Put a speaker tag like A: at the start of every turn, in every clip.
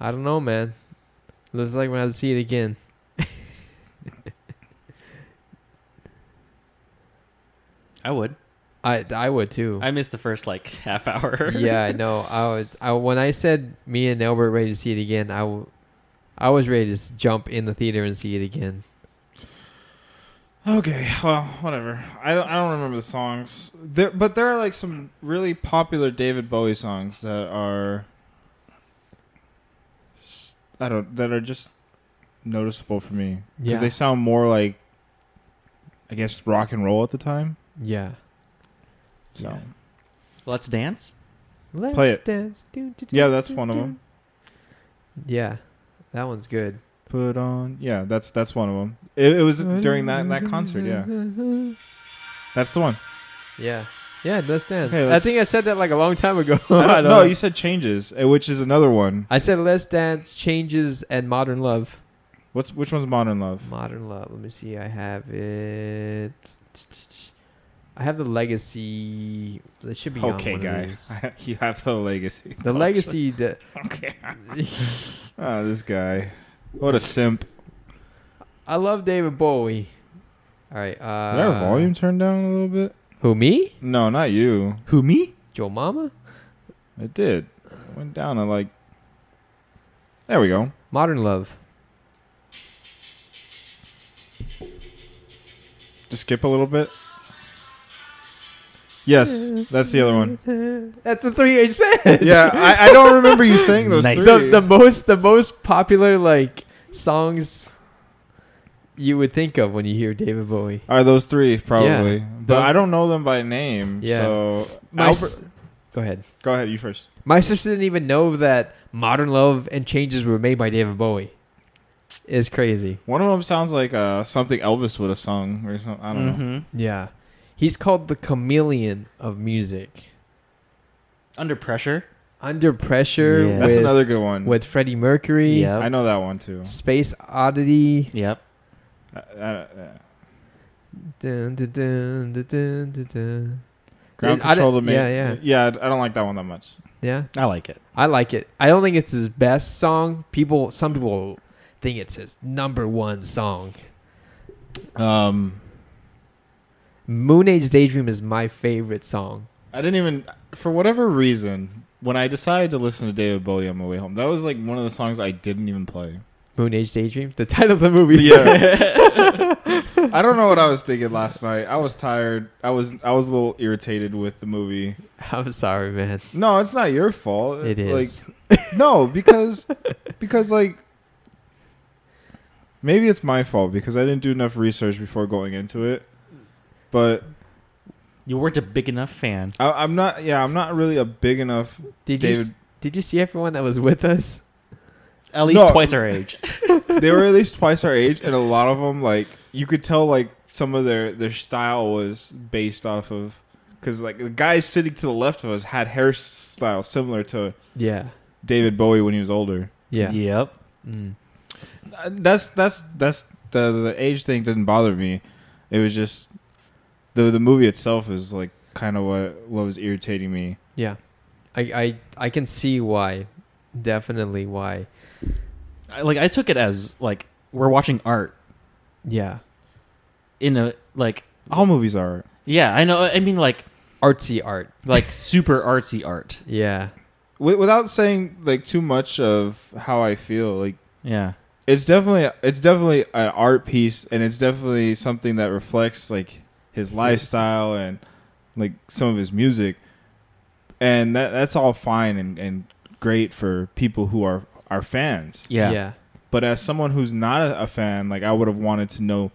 A: I don't know, man. Looks like we have to see it again.
B: I would.
A: I I would too.
B: I missed the first like half hour.
A: yeah, I know. I was I, when I said me and Albert ready to see it again. I, w- I was ready to s- jump in the theater and see it again.
C: Okay, well, whatever. I don't, I don't remember the songs. There, but there are like some really popular David Bowie songs that are, s- I don't, that are just noticeable for me because
A: Yeah.
C: they sound more like, I guess, rock and roll at the time.
A: Yeah.
C: So yeah,
B: Let's dance.
A: Let's
C: Play it.
A: Dance. Do, do, do,
C: that's
A: do,
C: one of
A: do.
C: them.
A: Yeah, that one's good.
C: Put on, yeah, that's that's one of them. It, it was during that that concert. Yeah, that's the one.
A: Yeah. Yeah, let's dance.
C: Hey,
A: I
C: let's-
A: think I said that like a long time ago.
C: I don't-
A: I don't
C: no,
A: know.
C: you said changes, eh, which is another one.
A: I said let's dance, changes, and modern love.
C: What's which one's Modern Love?
A: Modern love. Let me see. I have it. I have the legacy. It should be on
C: Okay,
A: one of
C: guys,
A: these.
C: you have the legacy.
A: The legacy. The,
C: Okay. oh, this guy. What a simp.
A: I love David Bowie. All right. Uh,
C: Is our volume turned down a little bit?
A: Who me?
C: No, not you.
B: Who me?
A: Joe Mama.
C: It did. It went down to like. There we go.
A: Modern love.
C: Just skip a little bit. Yes, that's the other one.
A: That's the three I said.
C: Yeah, I, I don't remember you saying those
B: Nice.
C: three.
A: the, the most the most popular like songs you would think of when you hear David Bowie.
C: Are those three probably?
A: Yeah,
C: but
A: those-
C: I don't know them by name.
A: Yeah.
C: So
A: My
C: Albert-
A: s- go ahead.
C: go ahead. You first.
A: My sister didn't even know that Modern Love and Changes were made by David Bowie. It's crazy.
C: One of them sounds like uh, something Elvis would have sung or something. I don't know.
B: Mm-hmm.
A: Yeah. He's called the chameleon of music.
B: Under pressure.
A: Under pressure
B: Yeah.
C: That's
A: with,
C: another good one.
A: with Freddie Mercury,
B: Yep.
C: I know that one too. Uh,
A: Space Oddity.
B: Yep.
C: I- I- I-
A: Dun, dun, dun, dun, dun, dun, dun.
C: Ground
A: It- I
C: control to
A: don't-
C: me.
A: yeah, yeah.
C: Yeah, I don't like that one that much.
A: Yeah.
B: I like it.
A: I like it. I don't think it's his best song. People, some people think it's his number one song.
C: Um,
A: Moon Age Daydream is my favorite song.
C: I didn't even, for whatever reason, when I decided to listen to David Bowie on my way home, that was like one of the songs I didn't even play.
A: Moon Age Daydream, the title of the movie.
C: Yeah. I don't know what I was thinking last night. I was tired. I was I was a little irritated with the movie.
A: I'm sorry, man.
C: No, it's not your fault.
A: It is.
C: Like, no, because because like maybe it's my fault because I didn't do enough research before going into it. But
B: You weren't a big enough fan.
C: I, I'm not. Yeah, I'm not really a big enough
A: Did you
C: David.
A: s- did you see everyone that was with us?
B: At least
C: No.
B: twice our age.
C: they were at least twice our age, and a lot of them like you could tell like some of their their style was based off of because like the guys sitting to the left of us had hairstyle similar to
A: Yeah.
C: David Bowie when he was older.
A: Yeah.
B: Yep.
A: Mm.
C: Uh, That's that's that's the the age thing didn't bother me. It was just the the movie itself is like kind of what what was irritating me.
A: Yeah. I, I I can see why. Definitely why.
B: I, like I took it as like we're watching art
A: Yeah.
B: in a like
C: All movies are.
B: yeah I know I mean like
A: Artsy art.
B: like super artsy art.
A: Yeah.
C: Wi- Without saying like too much of how I feel, like
B: Yeah.
C: it's definitely it's definitely an art piece and it's definitely something that reflects like his lifestyle and like some of his music and that that's all fine and, and great for people who are are fans
B: Yeah.
A: Yeah.
C: but as someone who's not a, a fan like i would have wanted to know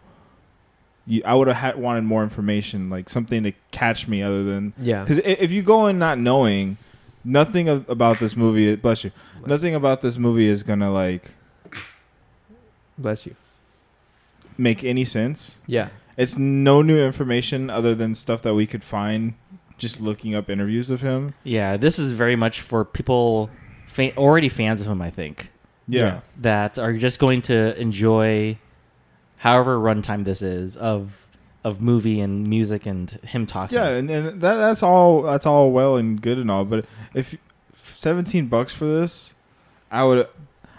C: you, i would have had, wanted more information like something to catch me other than
A: Yeah.
C: because if you go in not knowing nothing of, about this movie bless you nothing about this movie is gonna like
A: Bless you.
C: make any sense
A: Yeah.
C: It's no new information other than stuff that we could find just looking up interviews of him.
B: Yeah, This is very much for people fa- already fans of him. I think
C: Yeah.
B: that are just going to enjoy however runtime this is of of movie and music and him talking.
C: Yeah, and, and that, that's all that's all well and good and all, but if 17 bucks for this, I would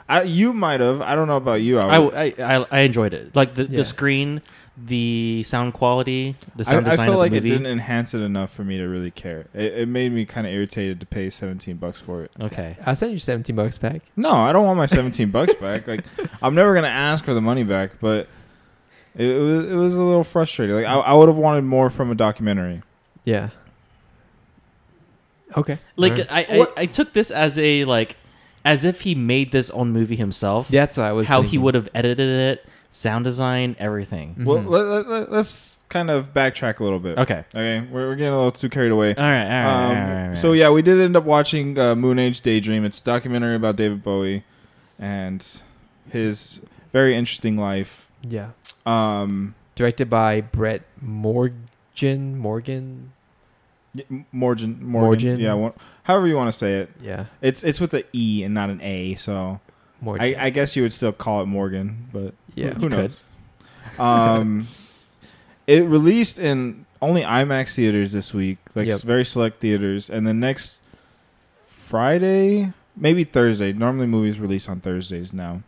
C: I, you might have. I don't know about you.
B: I,
C: Albert.
B: I, I, I enjoyed it. Like the,
A: Yeah.
B: the screen, the sound quality, the
C: I,
B: sound
C: I
B: design
C: feel
B: of
C: like
B: the
C: it didn't
B: movie.
C: enhance it enough for me to really care. It, it made me kind of irritated to pay seventeen bucks for it.
B: okay.
A: I'll send you 17 bucks back.
C: No, I don't want my seventeen bucks back. Like I'm never gonna ask for the money back, but it, it was it was a little frustrating. Like I, I would have wanted more from a documentary.
A: Yeah. Okay.
B: Like
A: Alright.
B: I, I,
C: What-
B: I took this as a like as if he made this own movie himself.
A: that's what I was
B: how he
A: thinking.
B: would have edited it, sound design, everything.
A: Mhm.
C: Well, let, let, us kind of backtrack a little
A: Mm.
C: bit.
B: Mm-hmm. Okay.
C: Okay, we're, we're getting a little too carried away.
B: All right. All right. all
C: Um,
B: right, all right, all right.
C: So yeah, we did end up watching uh, Moon Age Daydream. It's a documentary about David Bowie and his very interesting life.
A: Yeah.
C: Um,
A: Directed by Brett Morgan. Morgan.
C: y- M- Morgan, Morgan,
A: Morgan.
C: yeah, one, however you want to say it.
A: Yeah.
C: It's it's with an E and not an A, so I,
A: Morgan.
C: I guess you would still call it Morgan, but
A: yeah.
C: who
B: You could.
C: knows? Um, it released in only IMAX theaters this week, like
A: Yep.
C: s- very select theaters, and then next Friday, maybe Thursday. Normally, movies release on Thursdays now.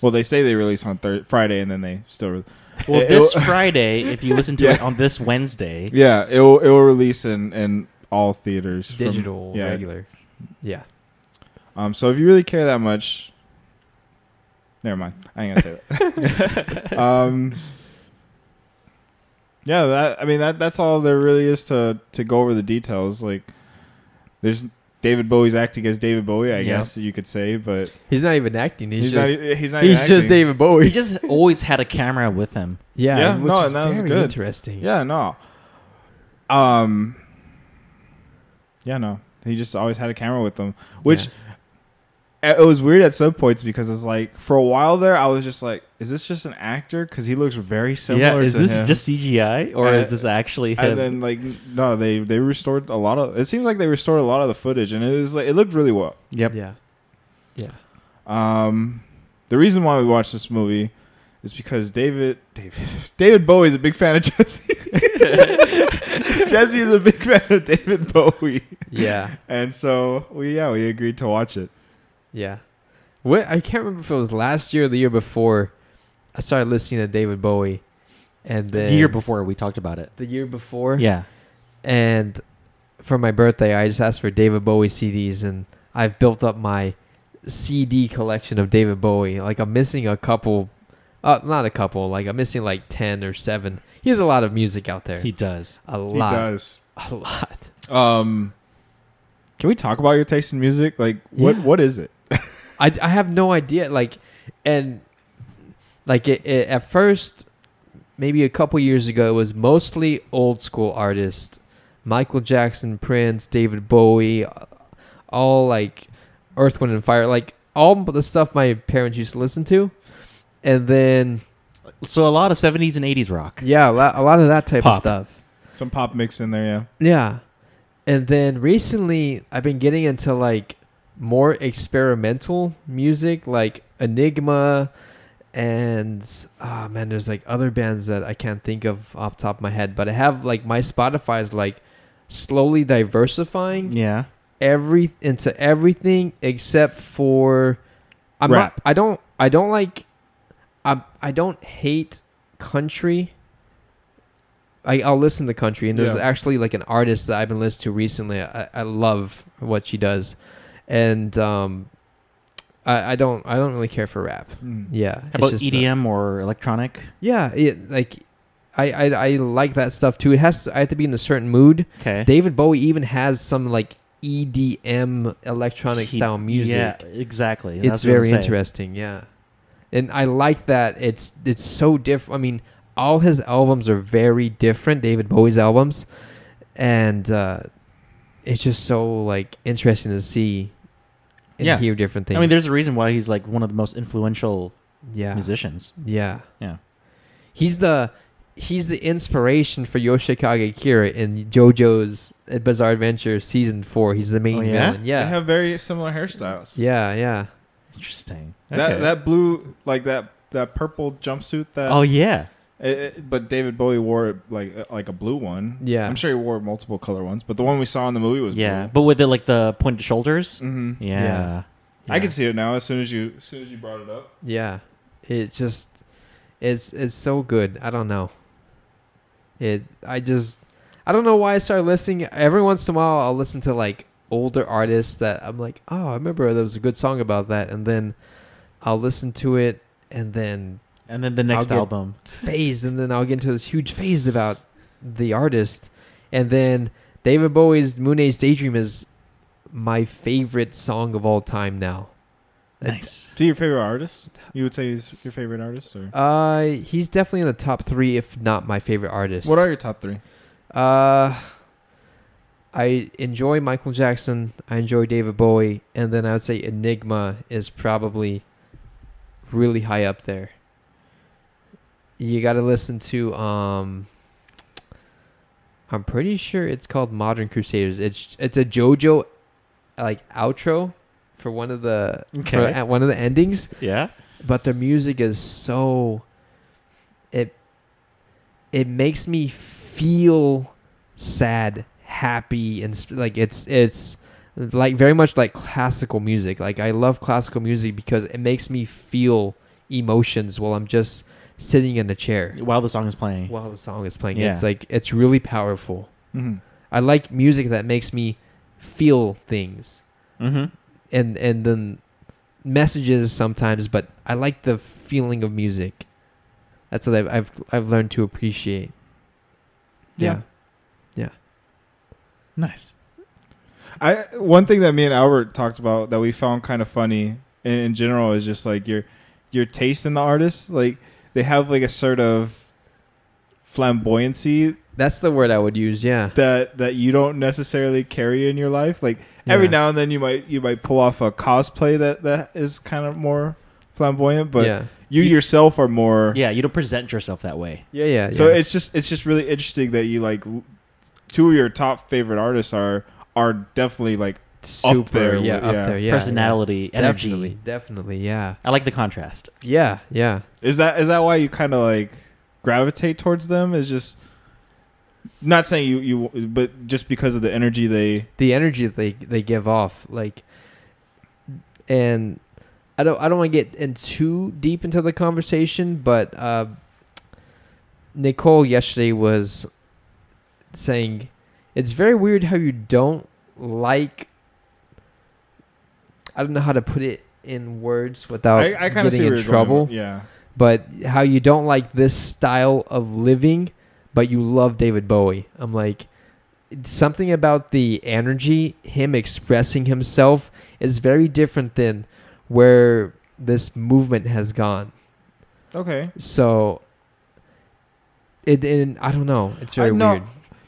C: Well, they say they release on thir- Friday, and then they still. Re-
B: well,
C: it-
B: this
C: it'll-
B: Friday, if you listen to
C: Yeah.
B: it on this Wednesday,
C: yeah, it will it will release in in all theaters. from-
A: Digital.
C: yeah.
A: Regular. Yeah.
C: Um, so if you really care that much, never mind. I ain't gonna say that. um, yeah, that I mean that that's all there really is to to go over the details. Like, there's David Bowie's acting as David Bowie, I
A: Yeah.
C: guess you could say, but
A: He's not even acting. He's,
C: he's,
A: just.
C: not e, he's not
A: he's
C: even
A: just
C: acting.
A: David Bowie.
B: he just always had a camera with him.
A: yeah.
C: Yeah,
A: Which
C: no,
A: is
C: and that was
A: very
C: good.
A: Interesting.
C: Yeah, no. Um, yeah, no. He just always had a camera with him, which it was weird at some points because it's like for a while there, I was just like, "Is this just an actor?" Because he looks very similar.
B: yeah. Is
C: to
B: this
C: him.
B: just CGI or
C: Uh,
B: is this actually him?
C: And then like no, they they restored a lot of. It seems like they restored a lot of the footage, and it was like it looked really well.
B: yep.
A: Yeah. Yeah.
C: Um, the reason why we watched this movie is because David David David Bowie is a big fan of Jesse. Jesse is a big fan of David Bowie,
A: Yeah.
C: and so we yeah we agreed to watch it.
A: Yeah. What I can't remember if it was last year or the year before I started listening to David Bowie and
B: The
A: then
B: year before we talked about it.
A: the year before.
B: Yeah.
A: And for my birthday I just asked for David Bowie CDs and I've built up my CD collection of David Bowie. Like I'm missing a couple uh, not a couple, like I'm missing like 10 or 7. He has a lot of music out there.
B: He does.
A: a
C: He
A: lot.
C: does.
A: A lot.
C: Um, can we talk about your taste in music? Like what
A: Yeah.
C: what is it?
A: I, I have no idea. Like, and like it, it, at first, maybe a couple years ago, it was mostly old school artists, Michael Jackson, Prince, David Bowie, uh, all like Earth, Wind, and Fire, like all the stuff my parents used to listen to, and then
B: So a lot of 70s and 80s rock.
A: yeah, a lot, a lot of that type of
B: Pop.
A: stuff.
C: Some pop mix in there, yeah.
A: Yeah. And then recently I've been getting into like more experimental music like Enigma and ah man there's like other bands that I can't think of off the top of my head but I have like my Spotify is like slowly diversifying
B: Yeah.
A: every into everything except for I'm
C: Rap.
A: not I don't I don't like I I don't hate country. I I'll listen to country and there's
C: Yeah.
A: actually like an artist that I've been listening to recently. I, I love what she does, and um, I I don't I don't really care for rap.
C: Mm.
A: Yeah,
B: How
A: it's
B: about E
A: just
B: EDM or electronic?
A: yeah, it, like I, I I like that stuff too. It has to, I have to be in a certain mood.
B: Okay.
A: David Bowie even has some like EDM electronic
B: He-
A: style music.
B: Yeah, exactly.
A: it's
B: That's what I'm
A: very
B: saying.
A: interesting, yeah. And I like that it's it's so different. I mean, all his albums are very different, David Bowie's albums, and uh, it's just so like interesting to see and
B: Yeah.
A: hear different things.
B: I mean, there's a reason why he's like one of the most influential
A: yeah,
B: musicians.
A: yeah,
B: Yeah.
A: He's the he's the inspiration for Yoshikage Kira in JoJo's Bizarre Adventure season four. He's the main
B: Oh, yeah?
A: villain.
C: They
A: Yeah,
C: have very similar hairstyles.
A: yeah, yeah.
B: Interesting.
C: That
B: Okay.
C: that uh, blue like that that purple jumpsuit that
B: oh yeah.
C: It, it- uh, but David Bowie wore it like uh, like a blue one.
A: Yeah.
C: I'm sure he wore multiple color ones, but the one we saw in the movie was Mm.
B: Yeah,
C: blue.
B: but with it like the pointed shoulders.
C: Mm-hmm.
B: Yeah.
C: I
A: Yeah.
C: can see it now. As soon as you, as soon as you brought it up,
A: Yeah, it's just it's it's so good. I don't know. It I just I don't know why I started listening. Every once in a while, I'll listen to like older artists that I'm like, oh, I remember there was a good song about that, and then I'll listen to it, and then
B: And then the next
A: I'll get-
B: album.
A: phase, and then I'll get into this huge phase about the artist, and then David Bowie's "Moon's Daydream" is my favorite song of all time now.
B: Nice.
C: to your favorite artist, you would say he's your favorite artist, or
A: Uh, he's definitely in the top three, if not my favorite artist.
C: what are your top three?
A: uh, I enjoy Michael Jackson. I enjoy David Bowie, and then I would say Enigma is probably really high up there. You got to listen to um. I'm pretty sure it's called Modern Crusaders. It's it's a JoJo, like outro, for one of the for
B: Okay.
A: at one of the endings
B: Yeah.
A: but their music is so it it makes me feel sad happy and sp- like it's it's like very much like classical music like i love classical music because it makes me feel emotions while i'm just sitting in a chair
B: While the song is playing.
A: while the song is playing
B: Yeah.
A: it's like it's really powerful
C: Mm-hmm.
A: i like music that makes me feel things
B: Mm-hmm.
A: and and then messages sometimes but i like the feeling of music that's what i've i've, I've learned to appreciate
B: Yeah. Nice.
C: I one thing that me and Albert talked about that we found kind of funny in, in general is just like your your taste in the artist. Like they have like a sort of flamboyancy
A: that's the word i would use yeah
C: that that you don't necessarily carry in your life. Like every
A: Yeah.
C: now and then you might you might pull off a cosplay that that is kind of more flamboyant, but
A: yeah
C: you yourself are more.
B: Yeah, you don't present yourself that way.
A: yeah yeah
C: So
A: yeah.
C: it's just it's just really interesting that you like l- two of your top favorite artists are are definitely like
A: super
C: there,
A: yeah
C: yeah.
A: up there yeah
B: Personality,
A: yeah.
B: energy.
A: definitely definitely yeah
B: I like the contrast.
A: yeah yeah
C: Is that is that why you kind of like gravitate towards them? Is just not saying you you, but just because of the energy they.
A: the energy that they they give off like and i don't i don't want to get in too deep into the conversation but uh nicole yesterday was saying it's very weird how you don't like i don't know how to put it in words without
C: I, I kind of see
A: getting
C: where
A: in
C: you're
A: trouble
C: Going. with- Yeah,
A: but how you don't like this style of living, but you love David Bowie. I'm like, it's something about the energy, him expressing himself, is very different than where this movement has gone.
C: okay.
A: So, it and I don't know. It's very
C: I know-
A: weird.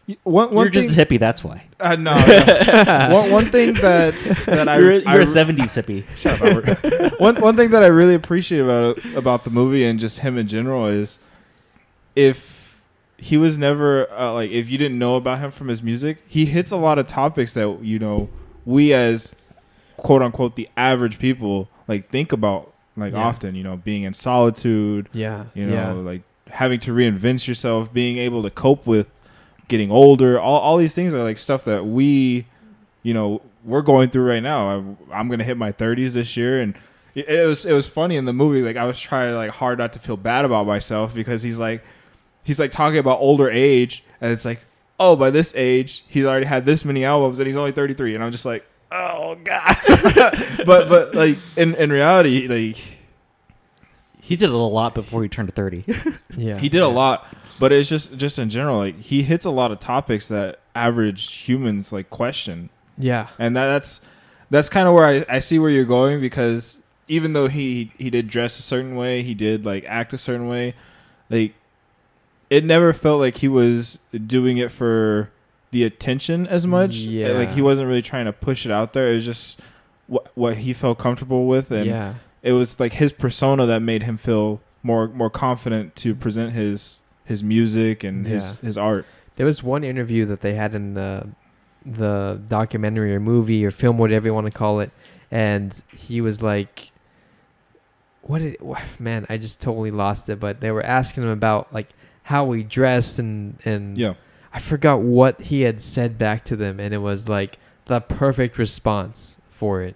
C: Y- One one
B: You're
C: thing,
B: just a hippie, that's why.
C: uh, no, no. one, one thing that that I
B: Uh, you're a-
C: I-
B: you're a 70s hippie.
C: Shut up, Albert. one one thing that I really appreciate about about the movie and just him in general is if he was never uh, like if you didn't know about him from his music, he hits a lot of topics that you know we as quote unquote the average people like think about like
A: Yeah.
C: often. You know, being in solitude.
A: Yeah,
C: You
A: yeah.
C: know, like having to reinvent yourself, being able to cope with getting older. All all these things are like stuff that we you know we're going through right now. I, I'm gonna hit my 30s this year, and it, it was it was funny in the movie. Like I was trying like hard not to feel bad about myself because he's like he's like talking about older age, and it's like oh by this age he's already had this many albums and he's only 33, and I'm just like oh god. but but like in in reality like
B: He did it a lot before he turned 30.
A: yeah.
C: he did a lot, but it's just just in general like he hits a lot of topics that average humans like question
A: Yeah,
C: and that, that's that's kind of where I, I see where you're going because even though he he did dress a certain way, he did like act a certain way, like it never felt like he was doing it for the attention as much.
A: Yeah.
C: like he wasn't really trying to push it out there. It was just what what he felt comfortable with, and
A: yeah.
C: it was like his persona that made him feel more more confident to present his his music and his his art.
A: There was one interview that they had in the the documentary or movie or film, whatever you want to call it, and he was like, "What? Did, wha- man, I just totally lost it." But they were asking him about like how he dressed and and I forgot what he had said back to them, and it was like the perfect response for it.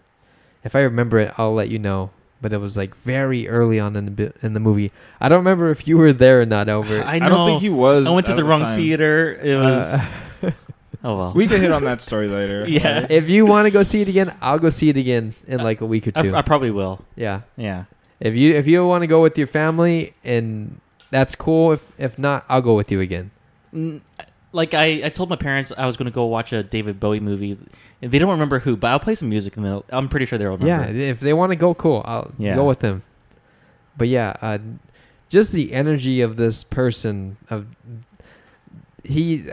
A: If I remember it, I'll let you know. But it was like very early on in the bi- in the movie. I don't remember if you were there or not. Over.
B: I
C: I,
B: know.
C: don't think he was.
B: I went to
C: at
B: the wrong
C: time.
B: theater. It was.
A: Uh,
B: oh well.
C: We can hit on that story later.
B: yeah.
A: if you want to go see it again, I'll go see it again in like a week or two.
B: I, I probably will.
A: yeah.
B: Yeah.
A: If you if you want to go with your family and that's cool. If if not, I'll go with you again.
B: N- Like I, I told my parents I was going to go watch a David Bowie movie. and They don't remember who, but I'll play some music and they'll, I'm pretty sure they'll
A: Yeah,
B: remember.
A: if they want to go, cool. I'll
B: Yeah.
A: go with them. But yeah, uh, just the energy of this person of he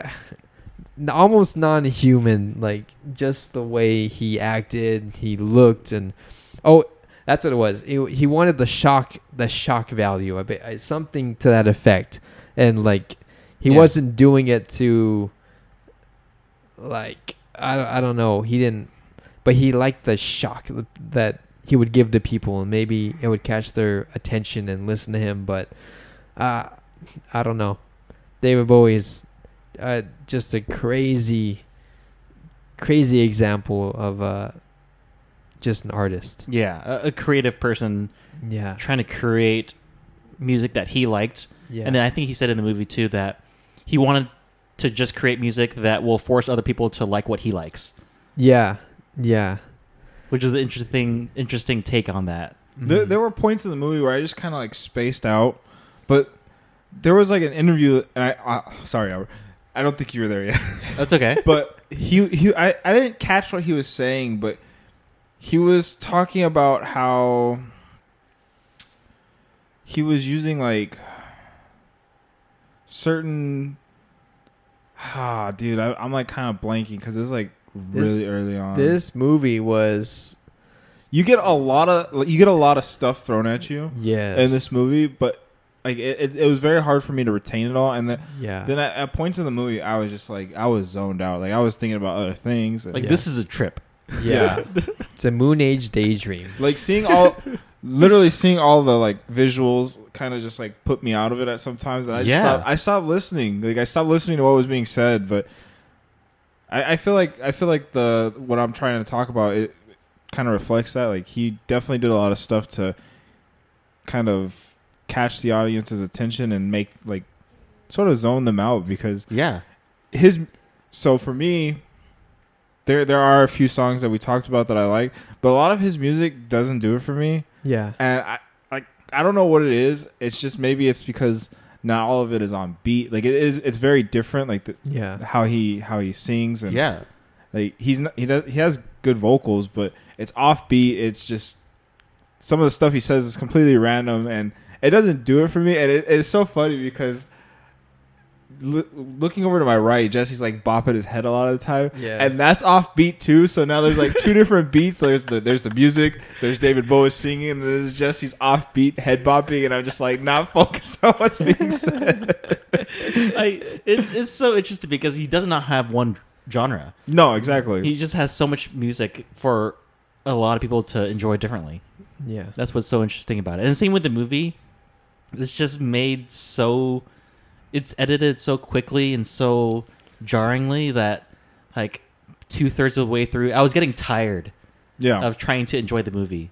A: almost non-human. Like just the way he acted, he looked, and oh, that's what it was. He- he wanted the shock, the shock value, I bet, uh, something to that effect, and like he
B: Yeah.
A: wasn't doing it to like I, don't- I don't know. He didn't but he liked the shock th- that he would give to people, and maybe it would catch their attention and listen to him. But uh, I don't know. David Bowie is uh, just a crazy, crazy example of uh, just an artist.
B: Yeah. A, a creative person
A: Yeah,
B: trying to create music that he liked.
A: yeah,
B: And then I think he said in the movie too that he wanted to just create music that will force other people to like what he likes,
A: yeah, yeah.
B: which is an interesting interesting take on that.
C: There, there were points in the movie where I just kind of like spaced out, but there was like an interview, and I uh, sorry, Albert, I don't think you were there yet.
B: That's okay.
C: but he he I, I didn't catch what he was saying, but he was talking about how he was using like certain ah dude I, I'm like kind of blanking because it was like really early on.
A: this movie was
C: you get a lot of you get a lot of stuff thrown at you
A: yes,
C: in this movie, but like it, it, it was very hard for me to retain it all, and then
A: yeah,
C: then at, at points in the movie I was just like I was zoned out, like I was thinking about other things. and-
B: Like
A: Yeah.
B: this is a trip.
A: yeah. it's a moon age daydream.
C: like seeing all literally seeing all the like visuals kind of just like put me out of it at sometimes and i just
B: Yeah.
C: stopped i stopped listening like i stopped listening to what was being said but i, I feel like i feel like the what i'm trying to talk about it kind of reflects that like he definitely did a lot of stuff to kind of catch the audience's attention and make like sort of zone them out because
B: Yeah.
C: his so for me there there are a few songs that we talked about that I like, but a lot of his music doesn't do it for me.
A: Yeah,
C: And I like I don't know what it is. It's just maybe it's because not all of it is on beat. Like it is it's very different like the,
A: yeah.
C: how he how he sings and
B: Yeah.
C: like he's not, he does he has good vocals, but it's offbeat. It's just some of the stuff he says is completely random, and it doesn't do it for me. And it, it's so funny because loo- looking over to my right, Jesse's like bopping his head a lot of the time,
A: Yeah.
C: and that's offbeat too. So now there's like two different beats. There's the there's the music. There's David Bowie singing, and there's Jesse's offbeat head bopping, and I'm just like not focused on what's being said.
B: I, it's, it's so interesting because he does not have one genre.
C: no, exactly.
B: He just has so much music for a lot of people to enjoy differently.
A: Yeah.
B: That's what's so interesting about it. And same with the movie. It's just made so it's edited so quickly and so jarringly that like two thirds of the way through I was getting tired
A: Oh.
C: yeah,
B: of trying to enjoy the movie.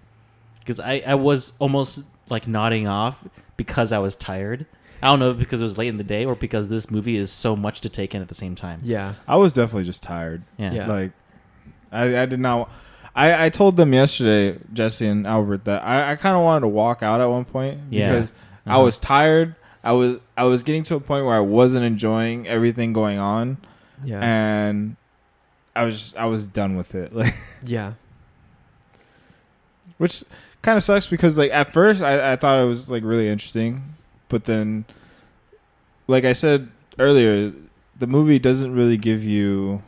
B: Because I, I was almost like nodding off because I was tired. I don't know if because it was late in the day or because this movie is so much to take in at the same time.
A: Yeah.
C: I was definitely just tired.
B: Yeah.
A: Yeah.
C: Like, I, I did not. I, I told them yesterday, Jesse and Albert, that I, I kind of wanted to walk out at one point
B: Yeah.
C: because I
B: Uh-huh.
C: was tired. I was I was getting to a point where I wasn't enjoying everything going on,
A: Yeah.
C: and I was just, I was done with it. Like,
A: yeah.
C: which kind of sucks because like at first I, I thought it was like really interesting but then like i said earlier the movie doesn't really give you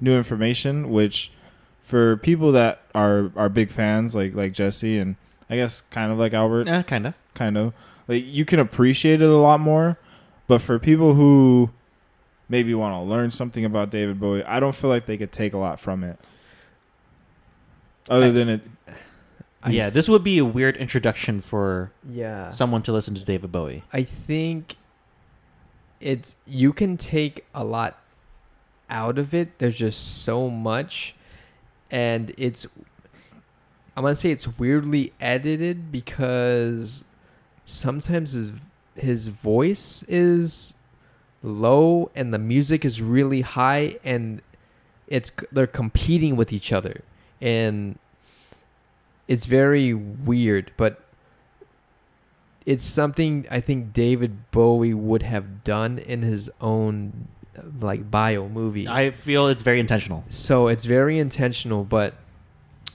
C: new information which for people that are are big fans like like jesse and i guess kind of like albert
B: Yeah, kinda.
C: kind of like you can appreciate it a lot more but for people who maybe want to learn something about david bowie i don't feel like they could take a lot from it other
B: I-
C: than it
A: I-
B: yeah, this would be a weird introduction for
A: Yeah.
B: someone to listen to David Bowie.
A: I think it's you can take a lot out of it. There's just so much and it's I'm gonna say it's weirdly edited because sometimes his his voice is low and the music is really high and it's they're competing with each other and it's very weird but it's something I think David Bowie would have done in his own like bio movie
B: I feel it's very intentional.
A: so it's very intentional but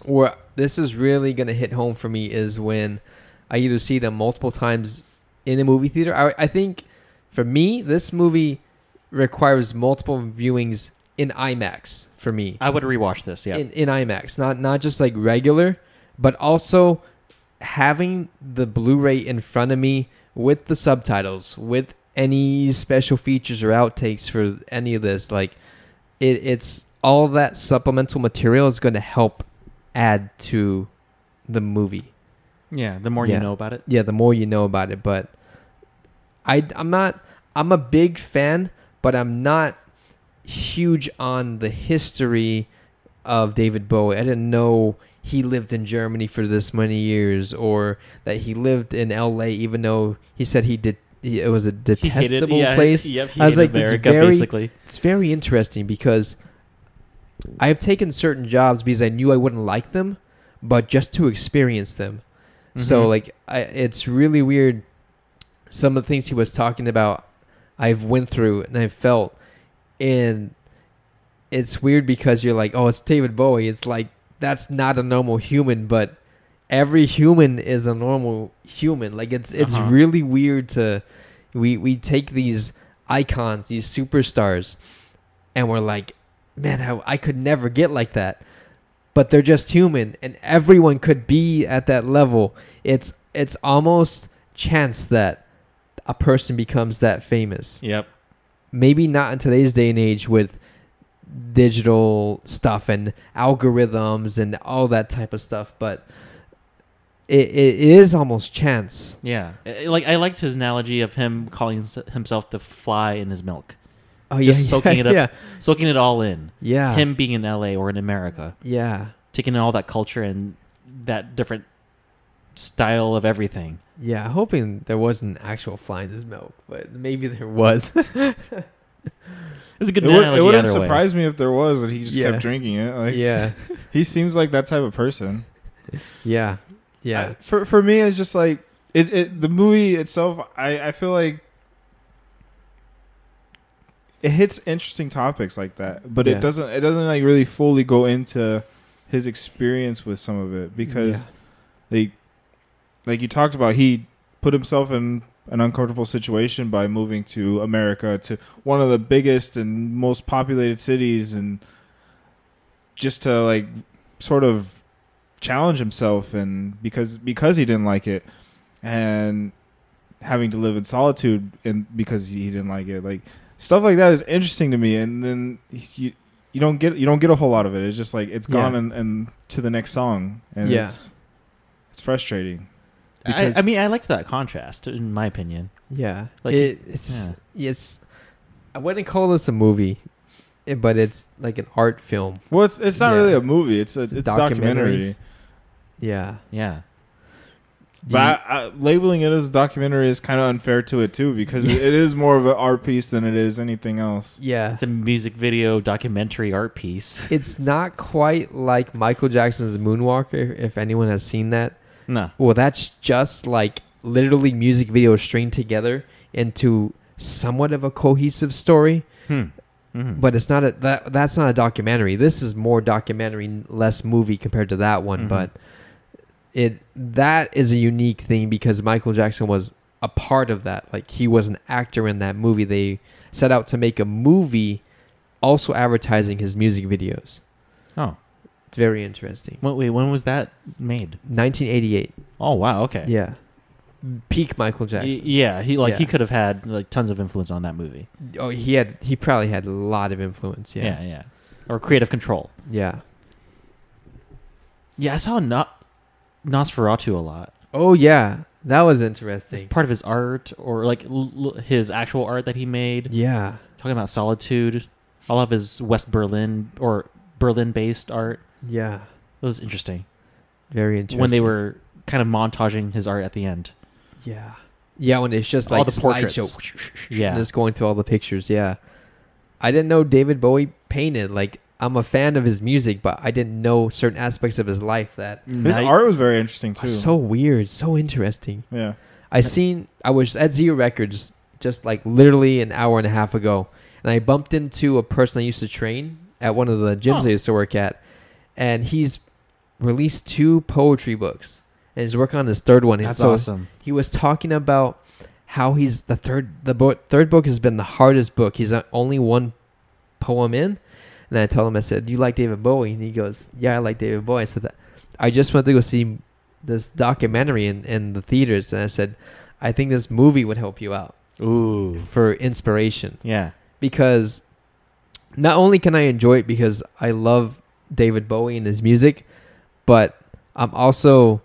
A: where this is really going to hit home for me is when i either see them multiple times in a movie theater I, I think for me this movie requires multiple viewings in imax for me
B: I would rewatch this. Yeah,
A: in, in imax not not just like regular but also having the blu-ray in front of me with the subtitles with any special features or outtakes for any of this like it, it's all that supplemental material is going to help add to the movie
B: yeah. The more
A: Yeah.
B: you know about it,
A: yeah the more you know about it but i i'm not i'm a big fan but i'm not huge on the history of david bowie i didn't know he lived in germany for this many years or that he lived in la even though he said he did he, it was a
B: He hated-
A: detestable
B: yeah,
A: place
B: Yep, he
A: I was
B: hated
A: like, it's
B: America,
A: very-
B: basically.
A: it's very interesting because I have taken certain jobs because I knew I wouldn't like them, but just to experience them. So
B: Mhm.
A: like, I, it's really weird. Some of the things he was talking about, I've went through and I felt, and it's weird because you're like, oh, it's David Bowie. It's like that's not a normal human, but every human is a normal human. Like it's it's
B: Uh-huh.
A: really weird to we we take these icons, these superstars, and we're like, man, I, I could never get like that. But they're just human, and everyone could be at that level. It's it's almost chance that a person becomes that famous
B: Yep.
A: maybe not in today's day and age with digital stuff and algorithms and all that type of stuff, but it, it, it is almost chance.
B: Yeah, I- I- like I liked his analogy of him calling s- himself the fly in his milk,
A: Oh
B: Just soaking it up.
A: Yeah,
B: soaking it all in.
A: yeah,
B: Him being in L.A. or in America,
A: yeah,
B: taking in all that culture and that different style of everything.
A: yeah. Hoping there wasn't actual fly in his milk, but maybe there was.
B: It's a good
C: it, would,
B: analogy.
C: it wouldn't
B: either way.
C: surprise me if there was, and he just
A: Yeah.
C: kept drinking it. Like
A: yeah,
C: he seems like that type of person.
A: yeah, yeah,
C: I- for for me, it's just like it. it the movie itself, I I feel like it hits interesting topics like that, but
A: Yeah.
C: it doesn't. It doesn't like really fully go into his experience with some of it because like like you talked about, he put himself in an uncomfortable situation by moving to America to one of the biggest and most populated cities and just to like sort of challenge himself and because because he didn't like it and having to live in solitude and because he didn't like it like stuff like that is interesting to me and then you you don't get you don't get a whole lot of it it's just like it's gone
A: Yeah.
C: and, and to the next song and
A: Yeah.
C: it's it's frustrating
B: I,
A: because-
B: I mean, I liked that contrast, in my opinion.
A: yeah.
B: Like,
A: it, it's
B: yeah.
A: yes. I wouldn't call this a movie, eh, but it's like an art film.
C: well it's it's not
A: Yeah.
C: really a movie it's a it's, documentary,
A: documentary. Yeah,
B: Yeah,
C: but I, I, labeling it as a documentary is kind of unfair to it too because it it is more of an art piece than it is anything else
A: yeah.
B: it's a music video documentary art piece.
A: it's not quite like Michael Jackson's Moonwalker, if anyone has seen that.
B: no,
A: Well, that's just like literally music videos stringed together into somewhat of a cohesive story,
B: hmm. Mhm.
A: but it's not a that that's not a documentary. This is more documentary, less movie compared to that one,
B: Mhm.
A: but it that is a unique thing because Michael Jackson was a part of that. Like he was an actor in that movie. They set out to make a movie also advertising his music videos.
B: oh,
A: It's very interesting.
B: wait, wait, when was that made?
A: 1988.
B: Oh, wow. Okay.
A: Yeah. Peak Michael
B: Y-
A: Jackson.
B: yeah. He like he
A: Yeah.
B: could have had like tons of influence on that movie.
A: oh, he had he probably had a lot of influence.
B: Yeah,
A: Yeah.
B: yeah. Or creative control.
A: Yeah.
B: Yeah, I saw no- Nosferatu a lot.
A: Oh yeah. That was
B: It's
A: interesting.
B: part of his art or like l- l- his actual art that he made.
A: Yeah.
B: Talking about solitude, all of his West Berlin or Berlin based art.
A: Yeah.
B: It was interesting.
A: Very interesting.
B: when they were kind of montaging his art at the end.
A: yeah, yeah, when it's just like
B: all the
A: slideshow.
B: portraits. Yeah.
A: and just going through all the pictures. Yeah, I didn't know David Bowie painted. Like I'm a fan of his music, but I didn't know certain aspects of his life that
C: His
B: Night-
C: art was very interesting too.
A: was so weird, so interesting.
C: yeah,
A: I seen I was at Zero Records just like literally an hour and a half ago, and I bumped into a person I used to train at one of the gyms
B: Huh.
A: I used to work at, and he's released two poetry books, and he's working on his third one.
B: That's
A: so
B: awesome.
A: he was talking about how he's the third the bo- third book has been the hardest book. He's uh, only one poem in, and I told him I said, "You like David Bowie?" And he goes, "Yeah, I like David Bowie." I said, that "I just went to go see this documentary in, in the theaters," and I said, "I think this movie would help you out
B: Ooh.
A: for inspiration
B: Yeah.
A: because not only can I enjoy it because I love David Bowie and his music, but I'm also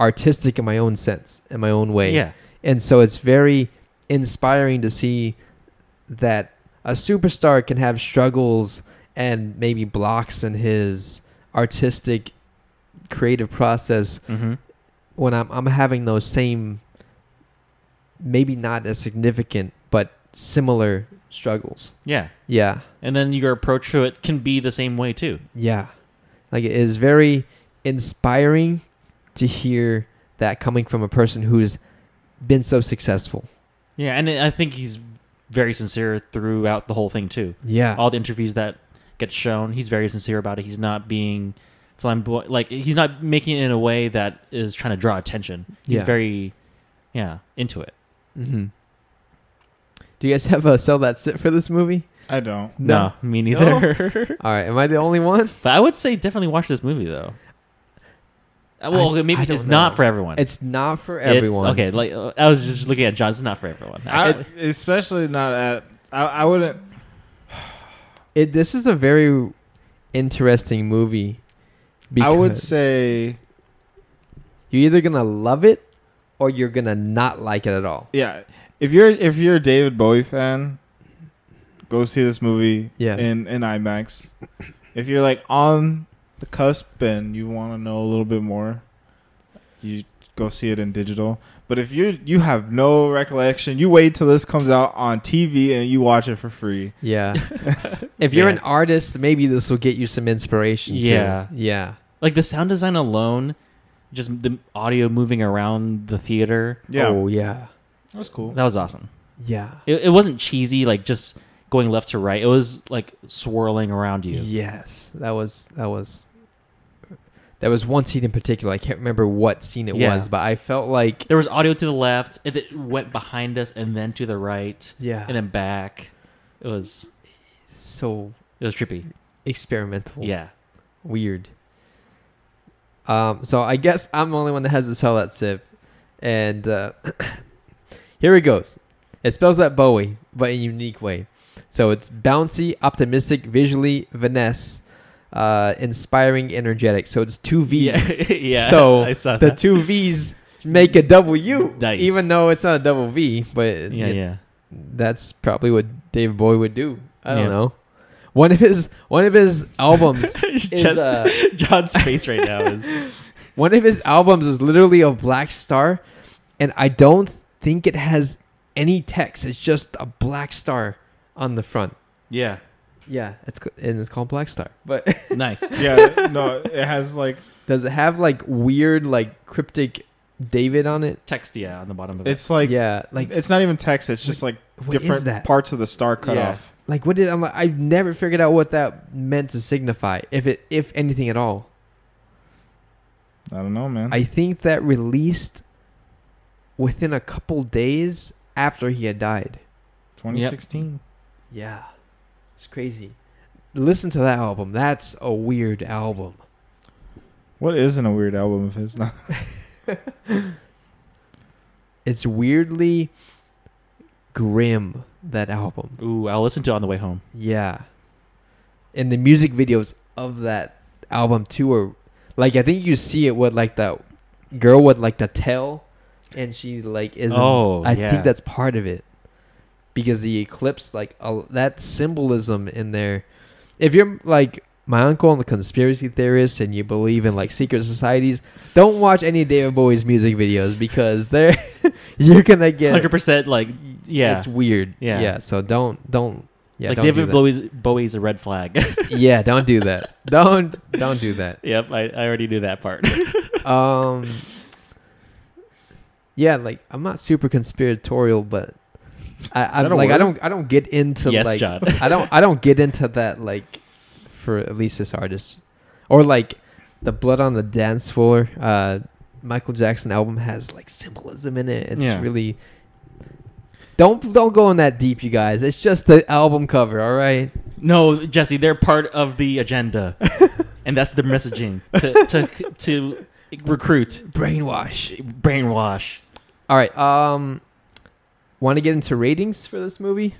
A: artistic in my own sense, in my own way."
B: Yeah.
A: And so it's very inspiring to see that a superstar can have struggles and maybe blocks in his artistic creative process
B: Mm-hmm.
A: when I'm I'm having those same maybe not as significant but similar struggles.
B: Yeah.
A: Yeah.
B: And then your approach to it can be the same way too.
A: Yeah. Like it is very inspiring to hear that coming from a person who's been so successful.
B: Yeah, and I think he's very sincere throughout the whole thing too.
A: Yeah.
B: All the interviews that get shown, he's very sincere about it. He's not being flamboyant, like he's not making it in a way that is trying to draw attention. He's
A: Yeah.
B: very, yeah, into it.
A: Mm-hmm. Do you guys have a sell that sit for this movie?
C: I don't.
B: No, me neither.
A: All right. Am I the only one?
B: but I would say definitely watch this movie though. Uh, Well,
A: I-
B: maybe
A: I don't
B: it's not
A: know.
B: for everyone.
A: It's not for
B: It's-
A: everyone.
B: okay, like uh, I was just looking at John. It's not for everyone.
C: I, especially not at. I, I wouldn't.
A: It, this is a very interesting movie.
C: I would
A: because
C: say,
A: you're either gonna love it or you're gonna not like it at all.
C: yeah. If you're if you're a David Bowie fan, go see this movie
A: Yeah.
C: in in IMAX. If you're like on the cusp and you want to know a little bit more, you go see it in digital. But if you you have no recollection, you wait till this comes out on TV and you watch it for free.
A: Yeah. if you're
B: Yeah.
A: an artist, maybe this will get you some inspiration.
B: Yeah.
A: Too. Yeah.
B: like the sound design alone just the audio moving around the theater
C: Yeah,
A: Oh yeah.
C: that's cool.
B: that was awesome
A: Yeah.
B: it, it wasn't cheesy like just going left to right it was like swirling around you
A: Yes. That was that was that was one scene in particular. I can't remember what scene it
B: Yeah.
A: was, but I felt like
B: there was audio to the left and it went behind us and then to the right
A: yeah.
B: and then back it was
A: so
B: it was trippy
A: experimental.
B: yeah
A: Weird. Um, so I guess I'm the only one that has to sell that sip. And uh, here it goes. It spells out Bowie, but in a unique way. So it's bouncy, optimistic, visually finesse, uh, inspiring, energetic. So it's two V's.
B: yeah yeah
A: So
B: i saw
A: the
B: that
A: two V's make a W,
B: Nice.
A: even though it's not a double V, but
B: yeah
A: it-
B: yeah
A: that's probably what David Bowie would do. I don't
B: Yeah.
A: know. One of his one of his albums is
B: Just-
A: uh,
B: john's face right now is
A: one of his albums is literally a black star, and I don't think it has any text. It's just a black star on the front.
B: yeah
A: Yeah, it's c- and it's called Black Star. But
B: nice
C: yeah, no, it has like
A: does it have like weird, like cryptic David on it?
B: text yeah on the bottom of it
C: it's like
A: yeah, like
C: it's not even text. It's just like
A: what is
C: different
A: that?
C: parts of the star cut
B: Yeah.
C: off.
A: like what did I'm like I've never figured out what that meant to signify, if it if anything at all.
C: I don't know, man.
A: I think that released within a couple days after he had died.
C: 2016.
A: Yeah. It's crazy. Listen to that album. That's a weird album.
C: What isn't a weird album if it's not?
A: It's weirdly grim, that album.
B: ooh i'll listen to it on the way home
A: Yeah. And the music videos of that album too are like I think you see it with like that girl with like the tail and she like is
B: Oh,
A: I
B: yeah.
A: think that's part of it. Because the eclipse like uh, that symbolism in there. If you're like my uncle and the conspiracy theorists and you believe in like secret societies, don't watch any David Bowie's music videos because they're you're gonna get
B: hundred percent. Like yeah,
A: it's weird.
B: Yeah.
A: yeah. So don't don't yeah
B: like
A: don't
B: David
A: do
B: Bowie's Bowie's a red flag.
A: that. yeah don't do that don't don't do that.
B: yep, I, I already knew that part.
A: um yeah like i'm not super conspiratorial but i i
C: that a
A: like i
C: word?
A: don't i don't get into
B: yes,
A: like
B: John.
A: i don't i don't get into that like for at least this artist or like the blood on the dance floor uh michael jackson album has like symbolism in it it's
C: Yeah.
A: really don't don't go in that deep you guys it's just the album cover all right
B: No, Jesse, they're part of the agenda, and that's the messaging to to to recruit,
A: brainwash
B: brainwash.
A: All right. Um, want to get into ratings for this movie?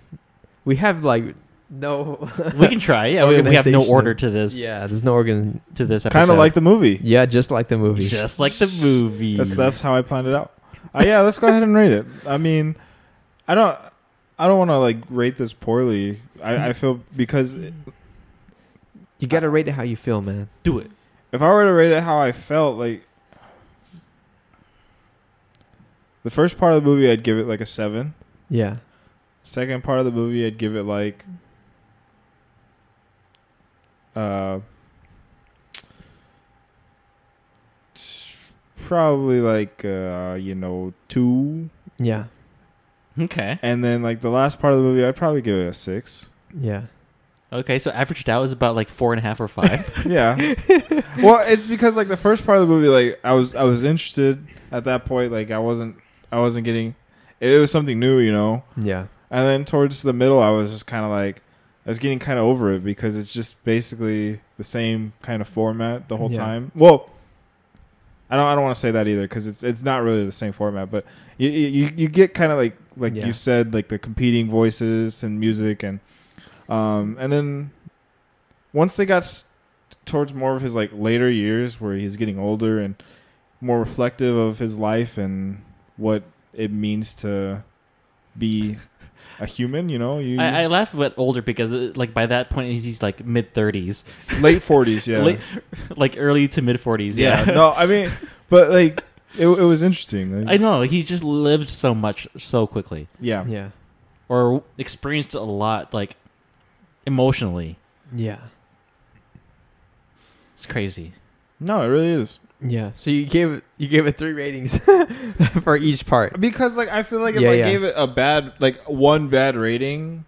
A: We have like no.
B: We can try. Yeah, we, we have no
A: Organization.
B: order to this.
A: yeah, there's no organ.
B: to this episode.
C: Kind of like the movie.
A: Yeah, just like the movie.
B: just like the movie.
C: That's that's how I planned it out. Uh, yeah, let's go ahead and rate it. I mean, I don't I don't want to like rate this poorly. I, I feel because
A: you gotta rate it how you feel, man.
B: do it.
C: if I were to rate it how I felt, like the first part of the movie, I'd give it like a seven.
A: Yeah.
C: Second part of the movie, I'd give it like uh probably like uh you know two
A: Yeah.
B: Okay.
C: and then like the last part of the movie i'd probably give it a six
A: Yeah.
B: Okay. So averaged out is about like four and a half or five.
C: yeah well it's because like the first part of the movie like i was i was interested at that point like i wasn't i wasn't getting it was something new you know
A: Yeah.
C: And then towards the middle, I was just kind of like, I was getting kind of over it because it's just basically the same kind of format the whole
A: Yeah.
C: time. Well, I don't, I don't want to say that either because it's, it's not really the same format, but you, you, you get kind of like, like
A: Yeah.
C: you said, like the competing voices and music and, um, and then once they got s- towards more of his like later years where he's getting older and more reflective of his life and what it means to be a human, you know, you
B: I, I laugh at older because uh, like by that point he's, he's like mid thirties,
C: late 40s, yeah.
B: like early to mid forties.
C: yeah.
B: Yeah.
C: No, I mean, but like it, it was interesting.
B: I know he just lived so much so quickly.
C: yeah.
A: Yeah.
B: or experienced a lot like emotionally.
A: Yeah.
B: It's crazy.
C: No, it really is.
A: Yeah. So you gave it you gave it three ratings for each part.
C: Because like I feel like if
A: Yeah,
C: I
A: yeah.
C: gave it a bad like one bad rating,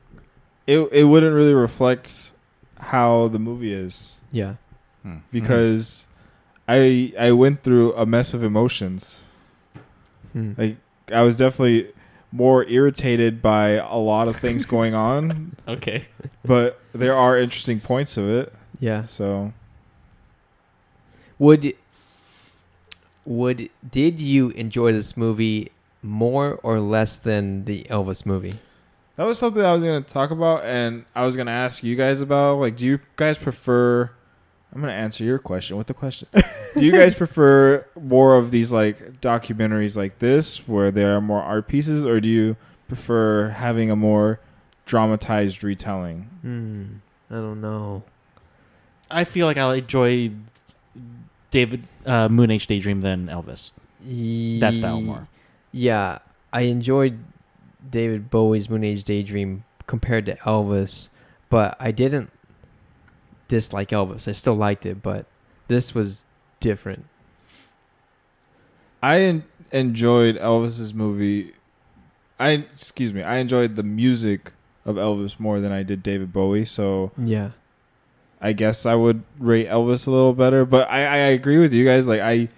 C: it it wouldn't really reflect how the movie is
A: Yeah.
B: Hmm.
C: Mm-hmm. because I I went through a mess of emotions.
A: Hmm.
C: Like I was definitely more irritated by a lot of things going on,
B: Okay.
C: but there are interesting points of it.
A: Yeah.
C: So
A: Would would did you enjoy this movie more or less than the Elvis movie?
C: That was something I was going to talk about, and I was going to ask you guys about. Like, do you guys prefer? I'm going to answer your question with the question. do you guys prefer more of these like documentaries like this, where there are more art pieces, or do you prefer having a more dramatized retelling?
A: Hmm. I don't know.
B: I feel like I'll enjoy David uh, Moon Age Daydream than Elvis. That style more.
A: Yeah, I enjoyed David Bowie's Moon Age Daydream compared to Elvis, but I didn't dislike Elvis. I still liked it, but this was different.
C: I en- enjoyed Elvis's movie. I excuse me. I enjoyed the music of Elvis more than I did David Bowie. So
A: Yeah.
C: I guess I would rate Elvis a little better, but I, I agree with you guys. Like I,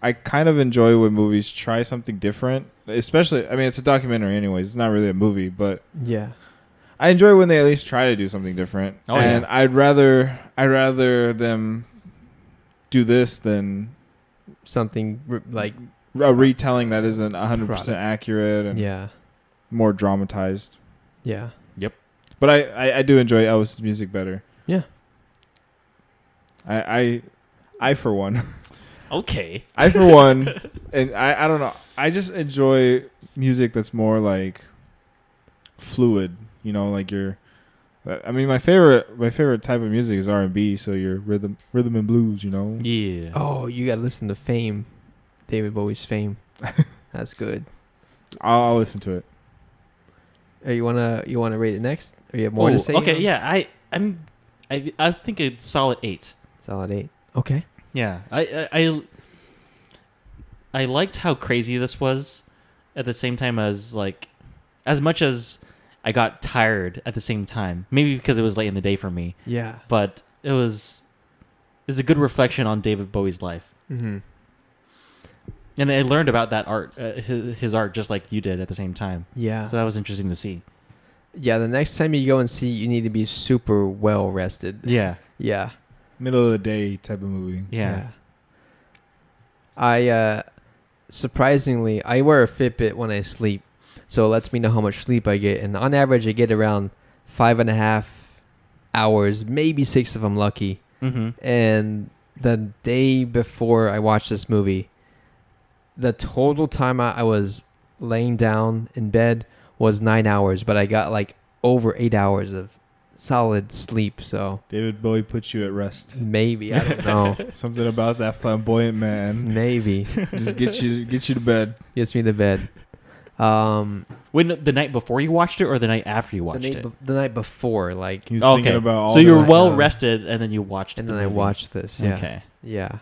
C: I kind of enjoy when movies try something different. Especially, I mean, it's a documentary, anyways. It's not really a movie, but
A: Yeah.
C: I enjoy when they at least try to do something different.
B: Oh,
C: and I'd rather, I'd rather them do this than
A: Something r- like
C: a retelling that isn't hundred percent accurate and
A: yeah.
C: more dramatized.
A: Yeah.
C: But I, I, I do enjoy Elvis's music better.
A: Yeah.
C: I, I, I for one.
B: Okay.
C: I for one, and I, I don't know. I just enjoy music that's more like fluid. You know, like you're I mean, my favorite my favorite type of music is R and B. So your rhythm rhythm and blues, you know.
B: Yeah.
A: Oh, you gotta listen to Fame, David Bowie's Fame. That's good.
C: I'll, I'll listen to it.
A: Or you wanna you wanna rate it next? Or you have more
B: Oh,
A: to say?
B: Okay,
A: on-
B: yeah. I I'm I I think a solid eight.
A: Solid eight. Okay.
B: Yeah. I I I, I liked how crazy this was at the same time as like as much as I got tired at the same time. Maybe because it was late in the day for me.
A: Yeah.
B: But it was it's a good reflection on David Bowie's life.
A: Mm-hmm.
B: And I learned about that art, uh, his, his art, just like you did at the same time.
A: Yeah.
B: So that was interesting to see.
A: yeah. The next time you go and see, you need to be super well rested.
B: Yeah,
A: Yeah.
C: Middle of the day type of movie.
B: yeah.
A: I uh surprisingly I wear a Fitbit when I sleep, so it lets me know how much sleep I get. And on average, I get around five and a half hours, maybe six if I'm lucky.
B: hmm
A: And the day before I watched this movie, the total time I, I was laying down in bed was nine hours, but I got like over eight hours of solid sleep. So
C: David Bowie puts you at rest.
A: maybe I don't know.
C: Something about that flamboyant man
A: maybe.
C: just get you get you to bed.
A: Gets me to bed. Um,
B: When the night before you watched it, or the night after you
A: the
B: watched
A: night,
B: it?
A: be- the night before, like,
C: He's
B: Okay.
C: thinking about all.
B: so you were
C: that.
B: well
A: uh,
B: rested, and then you watched.
A: and
B: the
A: then I
B: movie.
A: watched this. Yeah,
B: Okay.
A: yeah.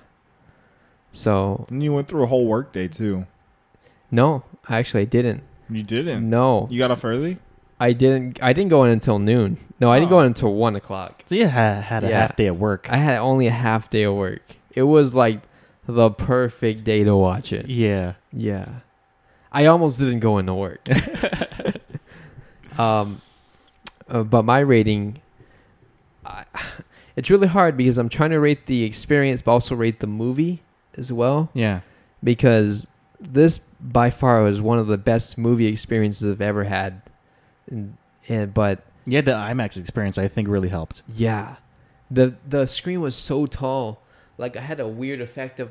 A: So
C: And you went through a whole workday too.
A: no, actually, I didn't.
C: You didn't.
A: No,
C: You got off early.
A: I didn't. I didn't go in until noon. No, I didn't
C: Oh.
A: go in until one o'clock.
B: So you had, had a
A: Yeah.
B: half day at work.
A: I had only a half day of work. It was like the perfect day to watch it.
B: yeah.
A: Yeah, I almost didn't go into work. um, uh, but my rating, I, it's really hard because I'm trying to rate the experience, but also rate the movie as well.
B: Yeah.
A: Because this by far was one of the best movie experiences I've ever had, and, and but
B: Yeah. The IMAX experience, I think, really helped.
A: yeah, the the screen was so tall, like I had a weird effect of.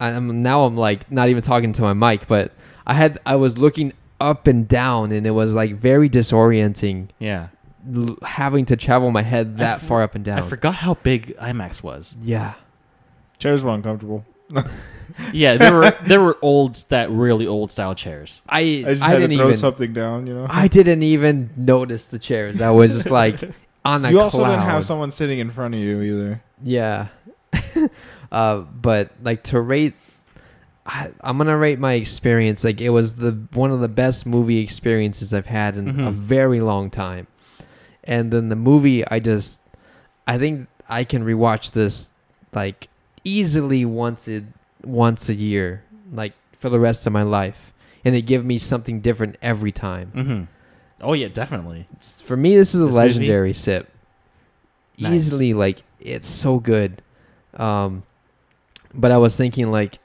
A: I'm now I'm like not even talking to my mic, but I had I was looking up and down, and it was like very disorienting
B: Yeah.
A: l- having to travel my head
B: I
A: that
B: f-
A: far up and down.
B: I forgot how big IMAX was.
A: Yeah,
C: Chairs were uncomfortable.
B: Yeah, there were there were old that really old style chairs.
A: I
C: I
A: I,
C: just had to
A: didn't
C: throw
A: even
C: something down. You know.
A: I didn't even notice the chairs. I was just like on a
C: you also
A: cloud.
C: didn't have someone sitting in front of you either.
A: yeah, uh, but like to rate, I, I'm gonna rate my experience. Like it was the one of the best movie experiences I've had in a
B: Mhm.
A: very long time. And then the movie, I just, I think I can rewatch this like easily once it once a year, like for the rest of my life, and it give me something different every time.
B: Mm-hmm. Oh yeah, definitely.
A: It's- For me, this is a
B: This movie?
A: legendary sip.
B: Nice.
A: Easily, like it's so good. Um, but I was thinking, like,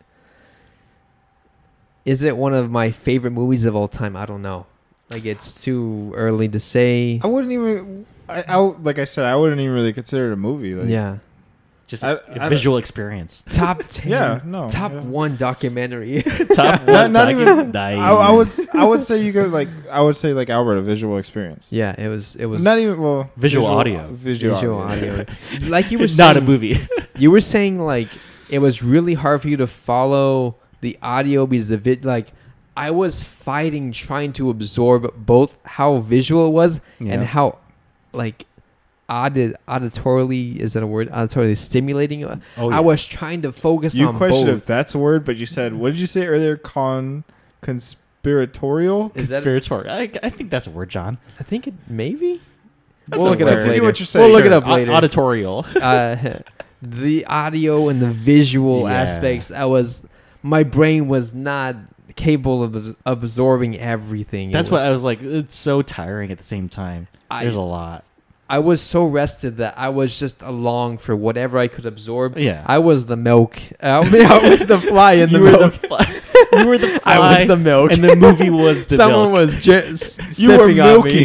A: is it one of my favorite movies of all time? I don't know. Like, it's too early to say.
C: I wouldn't even. I, I like I said, I wouldn't even really consider it a movie. Like,
A: yeah,
B: Just
C: I-
B: a
C: I don't-
B: visual experience.
A: top ten.
C: yeah, no,
A: top
C: yeah.
A: one documentary.
B: Top
C: Not-
B: one.
C: not
B: Not,
C: even- I, I would. s- I would say you could like. I would say like Albert, a visual experience.
A: yeah, it was. It was
C: Not even well.
B: Visual audio.
C: Visual,
A: visual
C: audio.
A: audio. like you were saying,
B: not a movie.
A: You were saying like it was really hard for you to follow the audio because the vid like I was fighting trying to absorb both how visual it was and
B: Yeah.
A: how like audit auditorily is that a word auditorily stimulating it was.
B: Oh,
A: I
B: yeah.
A: was trying to focus
C: You
A: on
C: questioned if
A: both.
C: that's a word, but you said what did you say earlier? Con conspiratorial.
A: Is that
B: conspiratorial. I, I think that's a word, John.
A: I think it maybe
B: That's
A: we'll
B: a
A: look it
B: word.
A: up
C: Continue
A: later.
C: what you're saying.
A: We'll look it
C: Sure.
A: up
B: Au-
A: later.
B: auditorial.
A: uh, the audio and the visual
B: Yeah.
A: aspects i was my brain was not capable of ab- absorbing everything It
B: That's what I
A: was,
B: was like. It's so tiring at the same time.
A: I-
B: There's a lot.
A: I was so rested that i was just along for whatever i could absorb
B: Yeah.
A: i was the milk i, mean, I was the fly in the
B: you, were the
A: milk
B: fly, you were the fly.
A: i was the milk
B: and the movie was the
A: someone
B: milk.
A: was just
C: You were
A: sipping on me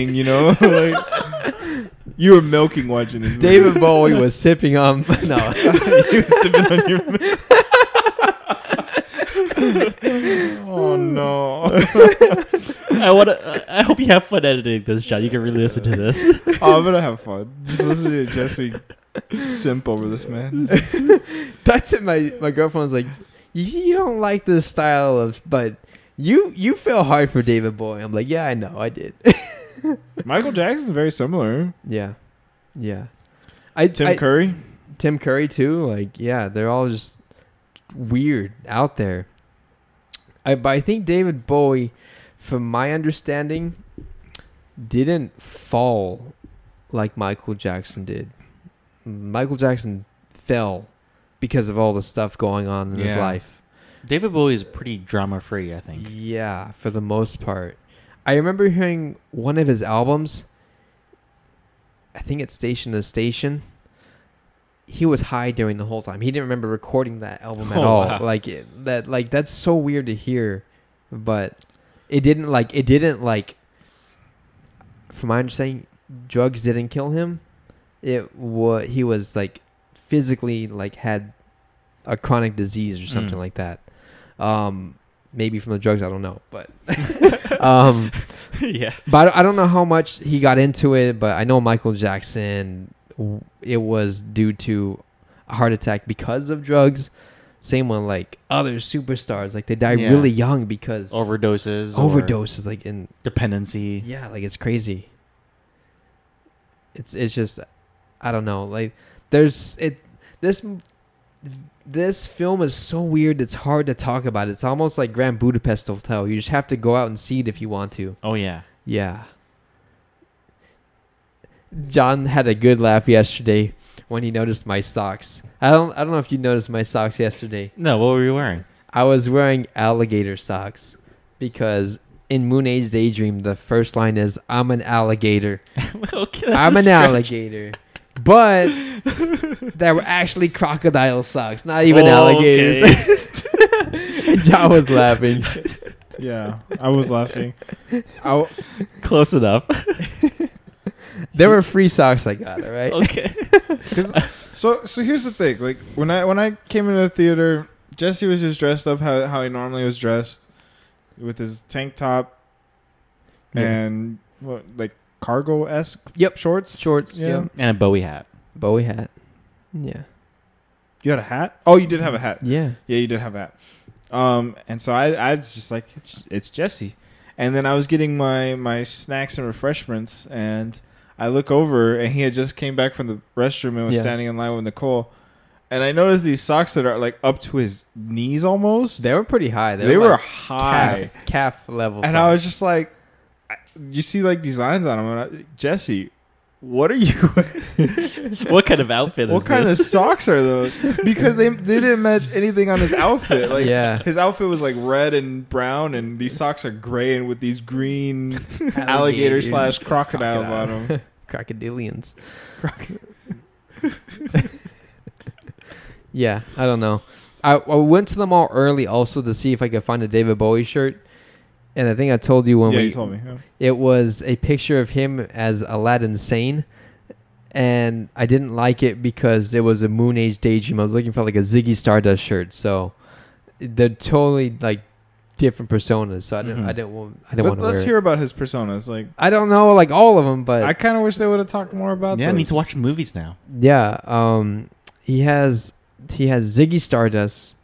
C: milking. You know. like, you were milking watching this. Movie.
A: david bowie was sipping on no
C: you sipping on your milk. oh no!
B: I want to. I hope you have fun editing this, John. You can really listen to this.
C: Oh, I'm gonna have fun. Just listen to Jesse simp over this man.
A: That's it. My my girlfriend's like, you, you don't like this style of, but you you feel hard for David Bowie. I'm like, yeah, I know, I did.
C: Michael Jackson's very similar.
A: yeah, yeah. I
C: Tim
A: I-
C: Curry.
A: Tim Curry too. Like, yeah, they're all just weird out there. I but I think David Bowie, from my understanding, didn't fall like Michael Jackson did. Michael Jackson fell because of all the stuff going on in his
C: Yeah.
A: life.
B: David Bowie is pretty drama free, I think.
A: Yeah, for the most part. I remember hearing one of his albums. I think it's Station to Station. He was high during the whole time. He didn't remember recording that album at
B: Oh,
A: all.
B: wow.
A: Like it, that like that's so weird to hear, but it didn't like it didn't like from my understanding drugs didn't kill him. It was he was like physically like had a chronic disease or something
B: Mm.
A: like that. Um, maybe from the drugs, I don't know, but um,
B: yeah.
A: but I don't- I don't know how much he got into it. But I know Michael Jackson, w- it was due to a heart attack because of drugs. Same one like other superstars, like they die
B: Yeah.
A: really young because
B: Overdoses. or
A: overdoses, like in
B: Dependency.
A: yeah, like it's crazy. It's it's just I don't know. Like there's it this this film is so weird. It's hard to talk about. It's almost like Grand Budapest Hotel. You just have to go out and see it if you want to.
B: Oh yeah.
A: Yeah. John had a good laugh yesterday when he noticed my socks. I don't I don't know if you noticed my socks yesterday.
B: No, what were you wearing?
A: I was wearing alligator socks because in Moon Age Daydream, the first line is "I'm an alligator.
B: okay,
A: I'm an alligator," but they were actually crocodile socks, not even alligators. And John was laughing.
C: Yeah, I was laughing. I,
B: Close enough.
A: They were free socks I got. All right.
B: okay.
C: Cause, so so here's the thing. Like when I when I came into the theater, Jesse was just dressed up how how he normally was dressed, with his tank top
A: Yeah.
C: and what, like cargo esque
A: Yep.
C: shorts.
A: Shorts. Yeah.
C: Yeah.
B: And a Bowie hat.
A: Bowie hat. Yeah.
C: You had a hat. Oh, you did have a hat.
A: Yeah.
C: Yeah, you did have that. Um, and so I, I was just like, it's, it's Jesse. And then I was getting my, my snacks and refreshments, and I look over, and he had just came back from the restroom and was
A: Yeah.
C: standing in line with Nicole. And I noticed these socks that are like up to his knees almost.
A: They were pretty high.
C: they were
A: like
C: high.
A: calf, calf level.
C: And I was just like, I- you see like these lines on them, and I, Jesse, what are you
B: What kind of outfit is
C: What kind
B: this?
C: of socks are those? Because they, they didn't match anything on his outfit. Like
A: Yeah.
C: his outfit was like red and brown, and these socks are gray and with these green alligator slash crocodiles on them.
A: crocodilians. yeah, I don't know. I, I went to the mall early also to see if I could find a David Bowie shirt, and I think I told you when
C: yeah,
A: we
C: you told me. yeah.
A: it was a picture of him as Aladdin Sane, and I didn't like it because it was a Moon Age daydream. I was looking for like a Ziggy Stardust shirt, so they're totally like different personas. So I didn't,
C: Mm-hmm.
B: Mhm.
A: I didn't, want, I didn't
C: Let,
A: want to wear.
C: us
A: it.
C: hear about his personas. Like
A: I don't know like all of them, but
C: I kind of wish they would have talked more about.
B: yeah, I need
C: those.
B: to watch movies now.
A: Yeah, um, he has he has Ziggy Stardust,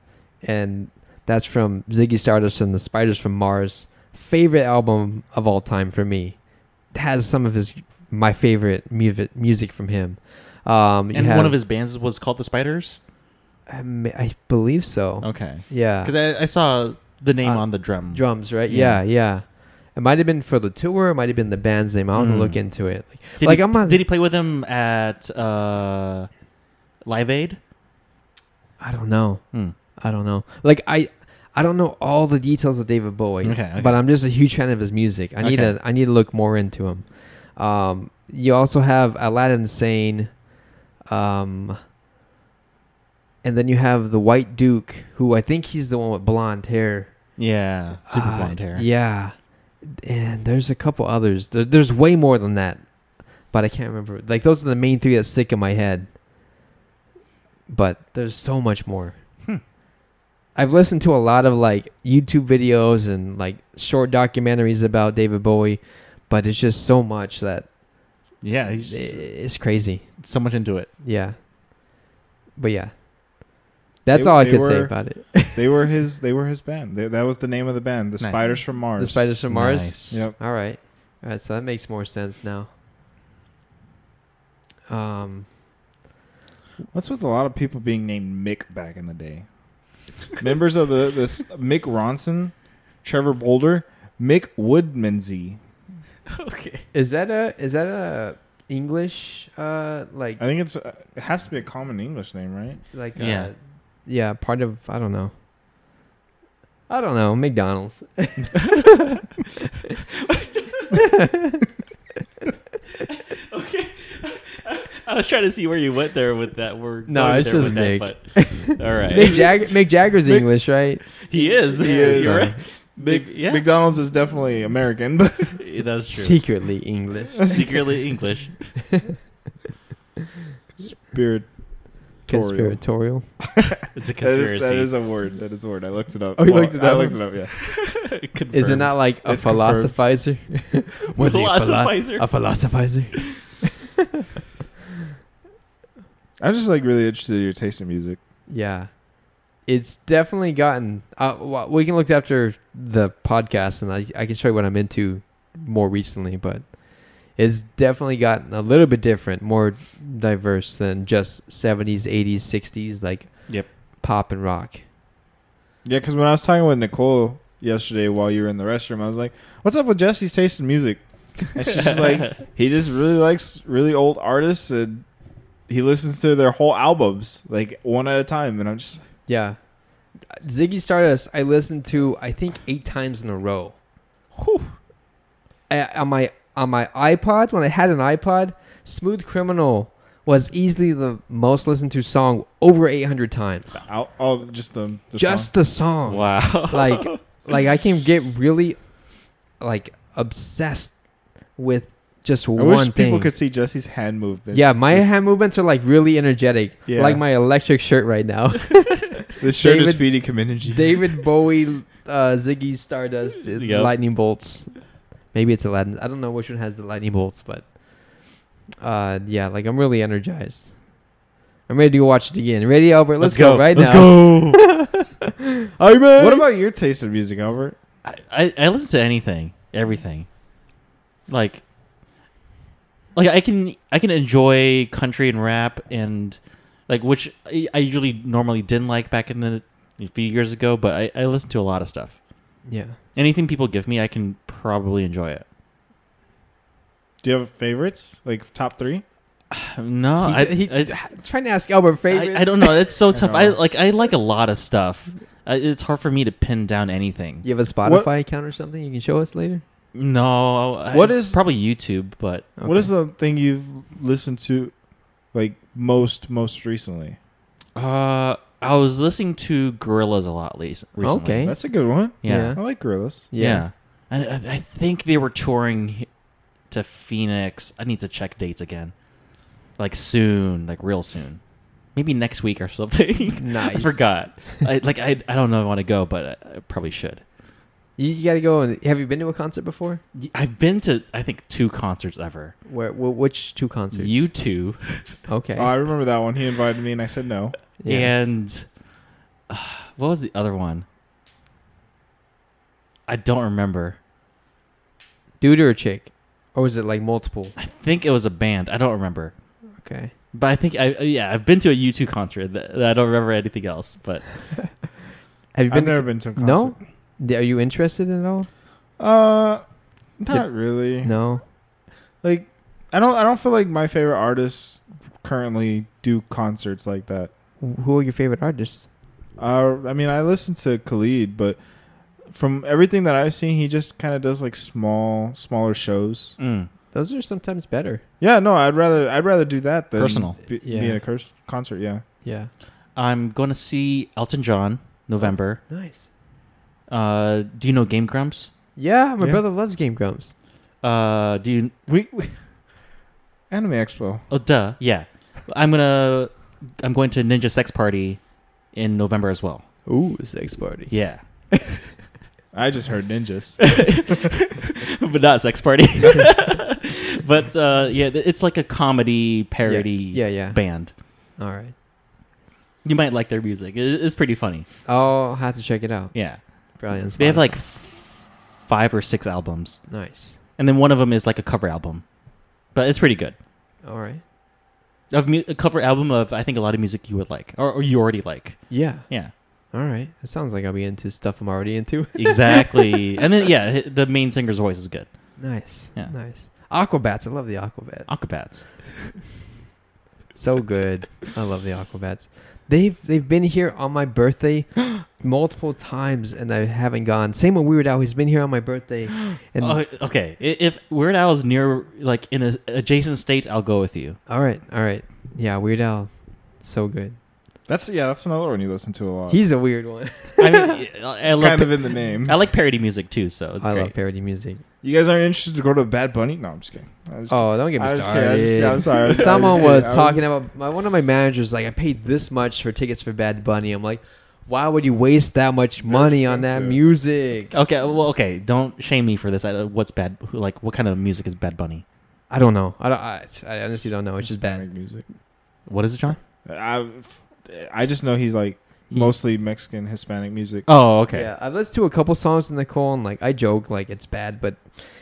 A: and that's from Ziggy Stardust and the Spiders from Mars. Favorite album of all time for me. It has some of his my favorite music music from him. Um, you
B: And
A: have-
B: one of his bands was called the Spiders.
A: I, ma- I believe so.
B: Okay.
A: Yeah,
B: Oh, Because I, I saw the name
A: Uh,
B: on the drum.
A: drums, right? Yeah,
B: Yeah.
A: yeah. It might have been for the tour. It might have been the band's name. I'll have to
B: Mm.
A: look into it. Like,
B: Did
A: like,
B: he,
A: I'm on-
B: Did he play with him at uh, Live Aid?
A: I don't know.
B: Hmm.
A: I don't know. Like I, I don't know all the details of David Bowie,
B: Okay, okay.
A: but I'm just a huge fan of his music. I need
B: Okay.
A: to, I need to look more into him. Um, you also have Aladdin Sane, um, and then you have the White Duke, who I think he's the one with blonde hair,
B: Yeah, super
A: Uh,
B: blonde hair.
A: Yeah, and there's a couple others. There, there's way more than that, but I can't remember. Like those are the main three that
B: Hmm.
A: stick in my head. But there's so much more. I've listened to a lot of like YouTube videos and like short documentaries about David Bowie, but it's just so much that
B: Yeah,
A: i-
B: he's just
A: it's crazy.
B: so much into it.
A: Yeah. But yeah. That's
C: They-
A: all I
C: they
A: could say
C: were-
A: about it.
C: They were his. They were his band. They, that was the name of the band, the
B: Nice.
C: Spiders from Mars.
A: The Spiders from Mars.
B: Nice.
C: Yep.
A: All right. All right, so that makes more sense now. Um
C: What's with a lot of people being named Mick back in the day? Members of the this Mick Ronson, Trevor Boulder, Mick Woodmansey.
B: Okay.
A: is that a is that a English uh like
C: I think it's uh, it has to be a common English name, right?
A: like
B: Yeah.
A: uh, yeah part of i don't know i don't know mcdonald's
B: I was trying to see where you went there with that word.
A: No,
B: going
A: it's
B: there
A: just
B: with but, all right.
A: mick, Jag- mick jagger's
C: Mick-
A: english right uh,
B: he is.
C: He is.
B: You're right.
C: Big
B: Yeah.
C: McDonald's is definitely American, but
B: That's true.
A: secretly english
B: Secretly English.
C: spirit.
A: conspiratorial
B: It's a
C: That
B: conspiracy.
C: is, that is a word. That is a word. I looked it up.
A: Oh, you looked it
C: I
A: up?
C: looked it up. Yeah.
A: is it not like a
C: It's confirmed.
A: philosophizer was he a philo-
B: Philosophizer.
A: a philosophizer
C: I'm just like really interested in your taste in music.
A: yeah it's definitely gotten uh, w- we can look after the podcast and I, I can show you what i'm into more recently but it's definitely gotten a little bit different more diverse than just 70s 80s 60s like
B: Yep.
A: pop and rock
C: Yeah, because when I was talking with Nicole yesterday while you were in the restroom, I was like, "What's up with Jesse's taste in music?" And she's just like, "He just really likes really old artists, and he listens to their whole albums like one at a time." And I'm just,
A: yeah ziggy stardust i listened to i think eight times in a row I, on my on my ipod when i had an ipod smooth criminal was easily the most listened to song over 800 times
C: "Ow- "Oh, just the, the
A: just
C: song.
A: the song.
B: wow.
A: Like, like I can get really, like obsessed with just
C: I
A: one
C: wish
A: thing.
C: people could see Jesse's hand movements.
A: yeah, my
C: this,
A: hand movements are like really energetic,
C: Yeah.
A: like my electric shirt right now.
C: This shirt is
A: David-
C: feeding him energy.
A: David Bowie, uh, Ziggy Stardust, uh,
B: Yep.
A: lightning bolts. Maybe it's Aladdin. I don't know which one has the lightning bolts, but uh, yeah, like I'm really energized. I'm ready to go watch it again. Ready, Albert? Let's, go. right
B: Let's
A: now.
B: go.
A: Let's go.
C: what about your taste in music, Albert?
B: I, I, I listen to anything, everything. Like, like I can I can enjoy country and rap and like which I, I usually normally didn't like back in the a few years ago, but I, I listen to a lot of stuff.
A: Yeah.
B: Anything people give me, I can probably enjoy it.
C: Do you have favorites? Like top three?
B: No, Uh, I,
A: he,
B: I,
A: he, trying to ask Albert favorites.
B: I, I don't know. It's so tough. I
C: know.
B: like I like a lot of stuff. I, it's hard for me to pin down anything.
A: You have a Spotify account or something you can show us later?
B: No, I-
C: What
B: it's
C: is-
B: probably YouTube? But
C: What is the thing you've listened to, like most most recently?
B: Uh, I was listening to Gorillas a lot le- recently.
A: Okay.
C: That's a good one.
B: Yeah.
C: I like gorillas.
B: Yeah. And I, I think they were touring he- to Phoenix. I need to check dates again. Like soon, like real soon. Maybe next week or something. I
A: Nice.
B: forgot. I, like I, I don't know if I want to go, but I, I probably should.
A: You, you got to go. And, have you been to a concert before?
B: Y- I've been to I think two concerts ever.
A: Where? wh- which two concerts?
B: You two
A: Okay.
C: Oh, I remember that one. He invited me, and I said no.
B: and uh, what was the other one? I don't remember.
A: Dude or a chick? Or was it like multiple?
B: I think it was a band. I don't remember.
A: Okay.
B: But I think I uh, yeah I've been to a U two concert. Th- I don't remember anything else. But
A: Have you
C: I've
A: been?
C: never
A: to,
C: been to a concert.
A: No? D- Are you interested at all?
C: uh, not really.
A: No.
C: Like, I don't. I don't feel like my favorite artists currently do concerts like that.
A: Wh- Who are your favorite artists?
C: Uh, I mean, I listen to Khalid, but from everything that I've seen, he just kind of does like small, smaller shows.
B: mm,
A: Those are sometimes better.
C: Yeah, no, I'd rather I'd rather do that than
B: Personal.
C: be,
A: Yeah.
C: being a curse concert. Yeah,
A: Yeah.
B: I'm going to see Elton John November.
A: Nice.
B: Uh, do you know Game Grumps?
A: Yeah, my
C: Yeah.
A: brother loves Game Grumps.
B: Uh, do you?
C: we, we Anime Expo.
B: Oh, duh. Yeah, I'm gonna I'm going to Ninja Sex Party in November as well.
A: Ooh, sex party.
B: Yeah,
C: I just heard ninjas.
B: but not sex party. but uh, yeah, th- it's like a comedy parody
A: Yeah, yeah.
B: band.
A: All right.
B: You might like their music. It- It's pretty funny.
A: I'll have to check it out.
B: Yeah,
A: Probably on
B: they have
A: Spotify.
B: like f- five or six albums,
A: nice.
B: and then one of them is like a cover album, but it's pretty good.
A: All right.
B: Of mu- a cover album of I think a lot of music you would like or, or you already like.
A: Yeah.
B: Yeah,
A: All right. It sounds like I'll be into stuff I'm already into.
B: exactly. and then yeah, h- the main singer's voice is good.
A: nice.
B: Yeah.
A: Nice. Aquabats. I love the Aquabats.
B: Aquabats.
A: so good. I love the Aquabats. They've they've been here on my birthday multiple times and I haven't gone. Same with Weird Al. He's been here on my birthday and
B: Oh, okay, I- if Weird Al is near, like in a adjacent state, I'll go with you.
A: all right, all right. Yeah, Weird Al. So good.
C: That's yeah. That's another one you listen to a lot.
A: He's a weird one.
B: I mean, I, I love
C: kind of in the name.
B: I like parody music too, so it's
A: I
B: great.
A: love parody music.
C: You guys aren't interested to go to Bad Bunny? No, I'm just kidding. I was
A: Oh, don't get me
C: I was kidding.
A: started.
C: I was just- I'm sorry. I was- I was
A: Someone
C: kidding.
A: was,
C: I was-
A: talking about my one of my managers. Like, I paid this much for tickets for Bad Bunny. I'm like, why would you waste that much money on that
C: expensive.
A: music?
B: okay, well, okay, don't shame me for this. I, what's bad? Like, what kind of music is Bad Bunny?
A: I don't know. I don't. I, I honestly don't know. It's just bad.
C: Hispanic music.
B: What is it, John?
C: I, I just know he's like mostly Mexican Hispanic music.
B: Oh, okay.
A: Yeah, I've listened to a couple songs in the Nicole, and like I joke, like it's bad, but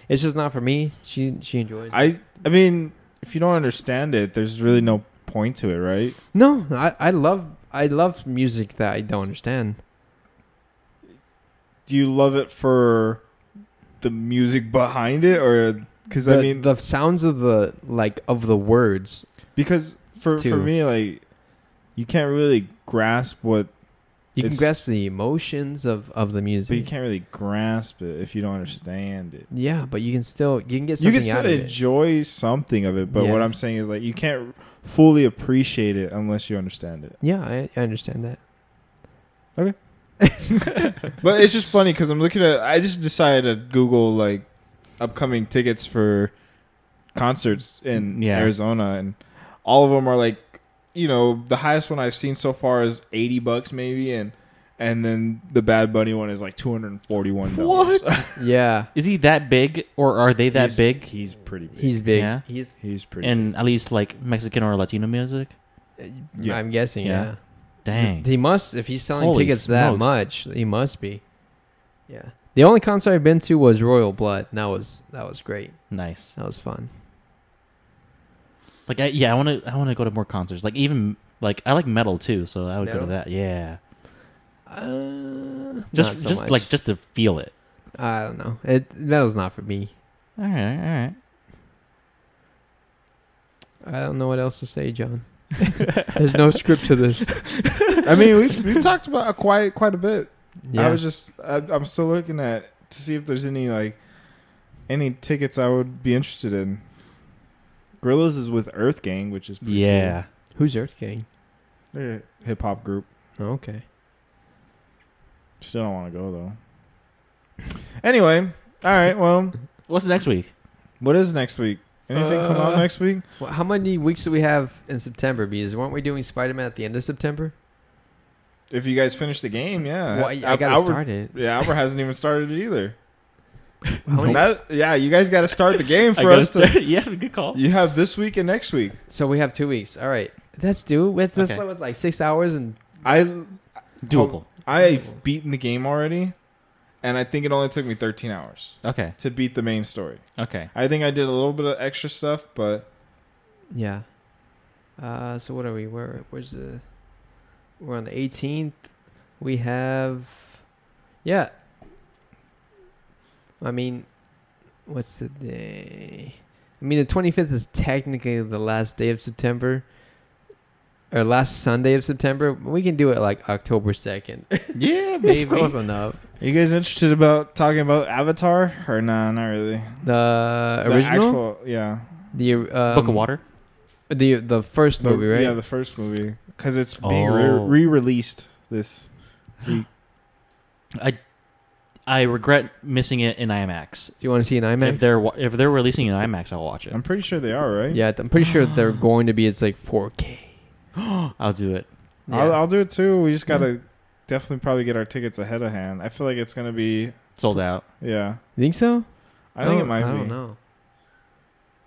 A: it's just not for me. She she enjoys. it.
C: I I mean, if you don't understand it, there's really no point to it, right?
A: No, I I love I love music that I don't understand.
C: Do you love it for the music behind it, or because I
A: The-
C: mean,
A: the sounds of the like of the words
C: because for for
A: Two.
C: me, like you can't really grasp what,
A: You can
C: It's-
A: grasp the emotions of, of the music.
C: but you can't really grasp it if you don't understand it.
A: Yeah, but you can still you can get
C: You
A: something
C: can
A: out
C: still
A: of it.
C: enjoy something of it, but
A: Yeah.
C: what I'm saying is like you can't fully appreciate it unless you understand it.
A: Yeah, I, I understand that.
C: But it's just funny because I'm looking at. I just decided to Google like upcoming tickets for concerts in
B: Yeah.
C: Arizona, and all of them are like, you know, the highest one I've seen so far is eighty bucks maybe, and and then the Bad Bunny one is like two hundred and forty one dollars.
B: What?
A: Yeah,
B: Is he that big, or are they that big?
C: He's pretty big.
A: he's big.
B: Yeah.
A: He's
C: He's pretty.
B: in at least like Mexican or Latino music.
C: Yeah.
A: I'm guessing.
B: Yeah.
A: Yeah.
B: Dang.
A: he must if he's selling
B: Holy
A: tickets that
B: smokes.
A: much. He must be. Yeah. The only concert I've been to was Royal Blood. And that was that was great.
B: nice.
A: That was fun.
B: Like, I, yeah, I want to. I want to go to more concerts. Like, even like I like metal too, so I would
A: Metal?
B: go to that. Yeah.
A: Uh,
B: Just,
A: not so
B: just
A: much.
B: like just to feel it.
A: I don't know. It that was not for me.
B: All right, all right.
A: I don't know what else to say, John. There's no script to this.
C: I mean, we we talked about it quite quite a bit.
A: Yeah.
C: I was just I, I'm still looking at to see if there's any like any tickets I would be interested in. Gorillas is with Earth Gang, which is pretty
B: Yeah.
A: Who's Earth King?
C: cool. They're a hip hop group.
A: Oh, okay.
C: Still don't want to go though. Anyway, all right. Well,
B: What's next week?
C: what is next week? Anything come out
A: Uh,
C: next week?
A: Well, how many weeks do we have in September? Because weren't we doing Spider Man at the end of September?
C: If you guys finish the game, yeah.
A: Well, I, I gotta
C: Albert-
A: start it.
C: Yeah, Albert hasn't even started it either.
A: How many-
C: That- yeah, you guys got to start the game
B: I
C: for
B: gotta
C: us to.
B: start- yeah, good call.
C: You have this week and next week.
A: so we have two weeks. All right, let's do. Let's let's
B: Okay.
A: live with like six hours and
C: I
B: Doable.
C: I've beaten the game already, and I think it only took me 13 hours
B: Okay.
C: to beat the main story.
B: Okay.
C: I think I did a little bit of extra stuff, but
A: yeah. Uh, so what are we? Where where's the? We're on the 18th. We have, yeah. I mean, what's the day? I mean, the 25th is technically the last day of September. Or last Sunday of September, we can do it like October second.
B: Yeah,
A: It's close enough.
C: you guys interested about talking about Avatar or nah? Not really.
A: The original,
C: actual, yeah.
A: the um,
B: Book of Water.
A: the the first
C: The-
A: movie, right?
C: Yeah, the first movie because it's being
B: Oh.
C: re- re-released this. week.
B: I I regret missing it in IMAX.
A: Do you want to see an IMAX?
B: If they're wa- if they're releasing an IMAX, I'll watch it.
C: I'm pretty sure they are right.
A: yeah, I'm pretty sure
B: Ah.
A: they're going to be. It's like 4K.
B: I'll do it.
A: Yeah.
C: I'll, I'll do it too. We just gotta definitely probably get our tickets ahead of hand. I feel like it's gonna be
B: sold out.
C: yeah.
A: You think so?
C: I think it
A: don't-
C: might
A: Oh, I
C: be.
A: don't know.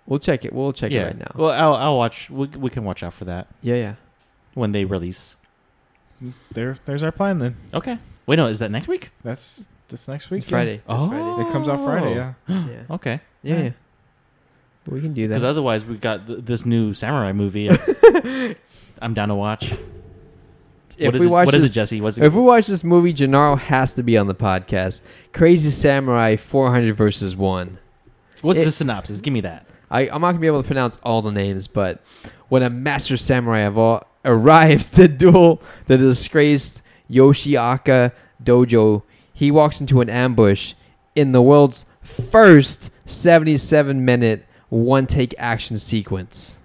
A: We'll check it. We'll check
B: yeah.
A: it right now.
B: Well, I'll, I'll watch. We, we can watch out for that
A: yeah, yeah.
B: when they release.
C: There, there's our plan then.
B: Okay. Wait, no, is that next week?
C: That's this next week.
A: It's Friday. It's
B: oh,
A: Friday.
C: It comes out Friday, yeah.
A: Yeah.
B: Okay.
A: Yeah,
B: Yeah.
A: yeah. We can do
B: Because
A: that.
B: otherwise, we got th- this new samurai movie. I'm down to watch.
A: If
B: what is
A: we
B: it,
A: watch
B: what is
A: this-
B: it, Jesse? What's it?
A: If we watch this movie, Gennaro has to be on the podcast. Crazy Samurai 400 versus 1.
B: what's
A: it-
B: the synopsis? Give me that.
A: I, I'm not going to be able to pronounce all the names, but when a master samurai of all arrives to duel the disgraced Yoshiaka Dojo, he walks into an ambush in the world's first 77 minute one take action sequence.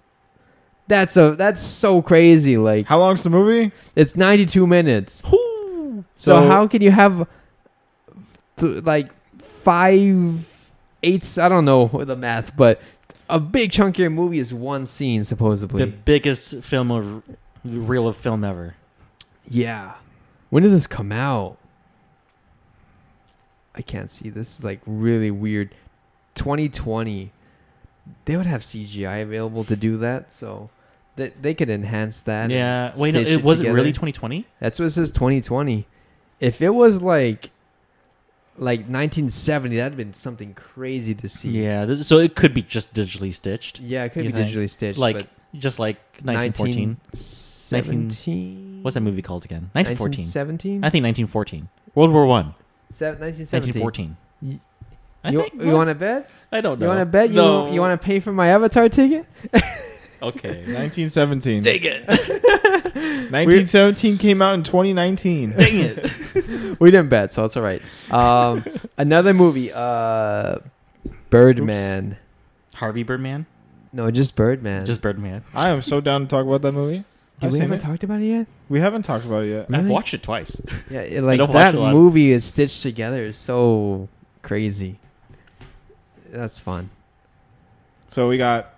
A: That's a that's so crazy. Like
C: How long's the movie?
A: it's 92 minutes. So,
C: So-
A: how can you have th- like five eights? I don't know the math, but a big chunk of your movie is one scene supposedly.
B: The biggest film of reel of film ever.
A: yeah. When did this come out? I can't see. This is like really weird. 2020. They would have CGI available to do that, so they they could enhance that. and
B: yeah. Wait, no,
A: stitch
B: it was it really
A: together.
B: 2020?
A: That's what it says 2020. If it was like like 1970, that'd been something crazy to see.
B: Yeah. This, so it could be just digitally stitched,
A: Yeah, it could
B: You
A: be
B: think?
A: digitally stitched.
B: like
A: but
B: just like 1914.
A: 1917.
B: What's that movie called again? 1914.
A: 1917?
B: I think 1914. World War One.
A: Se- 1917.
B: 1914.
A: Y-
B: I
A: You,
B: think-
A: you want to bet?
B: I don't know.
A: You want to bet? You,
B: No.
A: you want to pay for my Avatar ticket?
B: Okay.
C: 1917.
B: Dang it.
C: 1917 came out in 2019.
B: Dang it.
A: We didn't bet, so it's all right. Um, another movie, uh, Birdman.
B: Harvey Birdman.
A: No, just Birdman.
B: Just Birdman.
C: I am so down to talk about that movie.
A: Dude,
C: I've
A: we
C: seen
A: haven't
C: it.
A: talked about it yet.
C: We haven't talked about it yet.
A: Really?
B: I've watched it twice.
A: Yeah, it, like
B: don't watch
A: that
B: a lot.
A: movie is stitched together is so crazy. That's fun.
C: So we got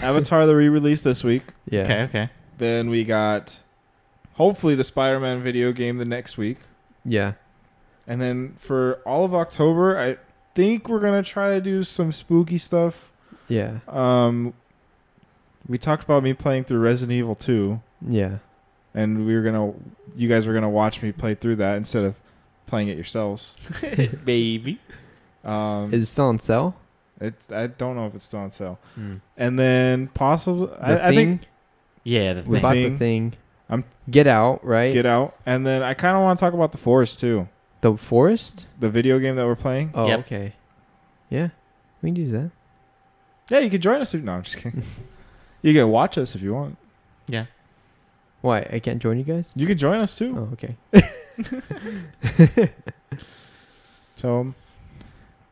C: Avatar the re-release this week.
A: Yeah.
B: Okay. Okay.
C: Then we got hopefully the Spider-Man video game the next week.
A: Yeah.
C: And then for all of October, I think we're gonna try to do some spooky stuff.
A: Yeah.
C: Um, we talked about me playing through Resident Evil 2,
A: Yeah.
C: and we were gonna, you guys were gonna watch me play through that instead of playing it yourselves.
B: Baby.
C: Um,
A: Is it still on sale?
C: it's I don't know if it's still on sale.
B: Hmm.
C: And then possibly,
A: The
C: I, I
A: thing.
C: think
B: Yeah. The
C: We
A: we
B: thing.
A: bought the
C: Thing.
A: thing.
C: I'm-
A: Get out right.
C: Get Out, and then I kind of want to talk about the Forest too,
A: the forest.
C: the video game that we're playing.
A: Oh,
B: Yep.
A: okay. Yeah, we can do that.
C: Yeah, you can join us. If, no, I'm just kidding. you can watch us if you want.
B: Yeah.
A: Why I can't join you guys?
C: You can join us too.
A: Oh, okay.
C: So um,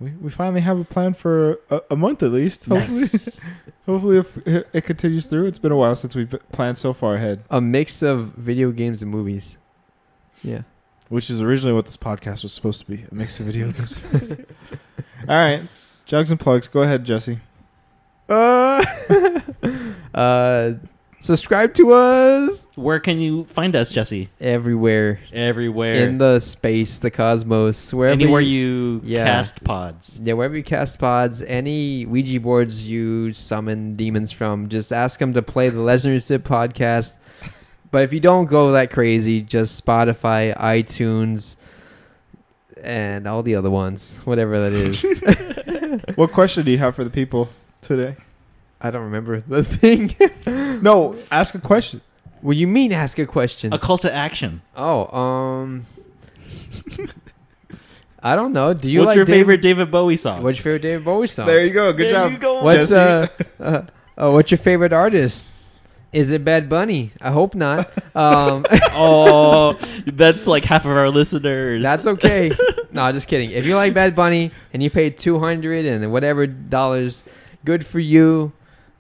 C: we, we finally have a plan for a, a month at least. Hopefully,
B: Nice.
C: hopefully if it it continues through. It's been a while since we've been- planned so far ahead,
A: A mix of video games and movies. Yeah.
C: which is originally what this podcast was supposed to be a mix of video games. All right. Jugs and plugs. Go ahead, Jesse.
A: Uh. uh. Subscribe to us
B: Where can you find us, Jesse?
A: everywhere.
B: Everywhere.
A: in the space, the cosmos, wherever
B: Anywhere you
A: Yeah.
B: cast pods.
A: yeah, wherever you cast pods, any Ouija boards you summon demons from, just ask them to play the Legendary Sip podcast. But if you don't go that crazy, just Spotify, iTunes, and all the other ones, whatever that is.
C: What question do you have for the people today?
A: I don't remember the thing.
C: No, ask a question.
A: well, you mean ask a question?
B: A call to action.
A: oh, um, I don't know. Do you
B: What's
A: like
B: your
A: David-
B: favorite David Bowie song?
A: What's your favorite David Bowie song?
C: There you go. Good
B: There
C: job.
B: you go.
A: What's
C: Jesse.
A: uh, uh, uh, what's your favorite artist? Is it Bad Bunny? I hope not. Um,
B: oh, that's like half of our listeners.
A: that's okay. No, just kidding. If you like Bad Bunny and you paid two hundred and whatever dollars, good for you.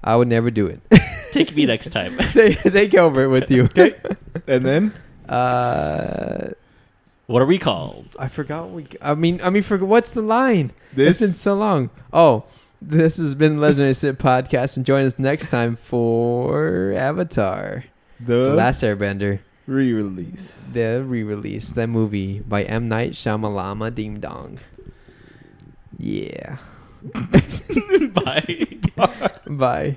A: I would never do it.
B: take me next time.
A: take, take over it with you.
C: Okay. And then
A: Uh,
B: What are we called?
A: I forgot. We. I mean. I mean. For what's the line?
C: this
A: it's been so long. Oh, this has been Legendary Sit podcast, and join us next time for Avatar:
C: the Uh.
A: The Last Airbender.
C: re-release.
A: the re-release that movie by M Night Shyamalama Ding Dong. Yeah.
B: Bye.
A: Bye.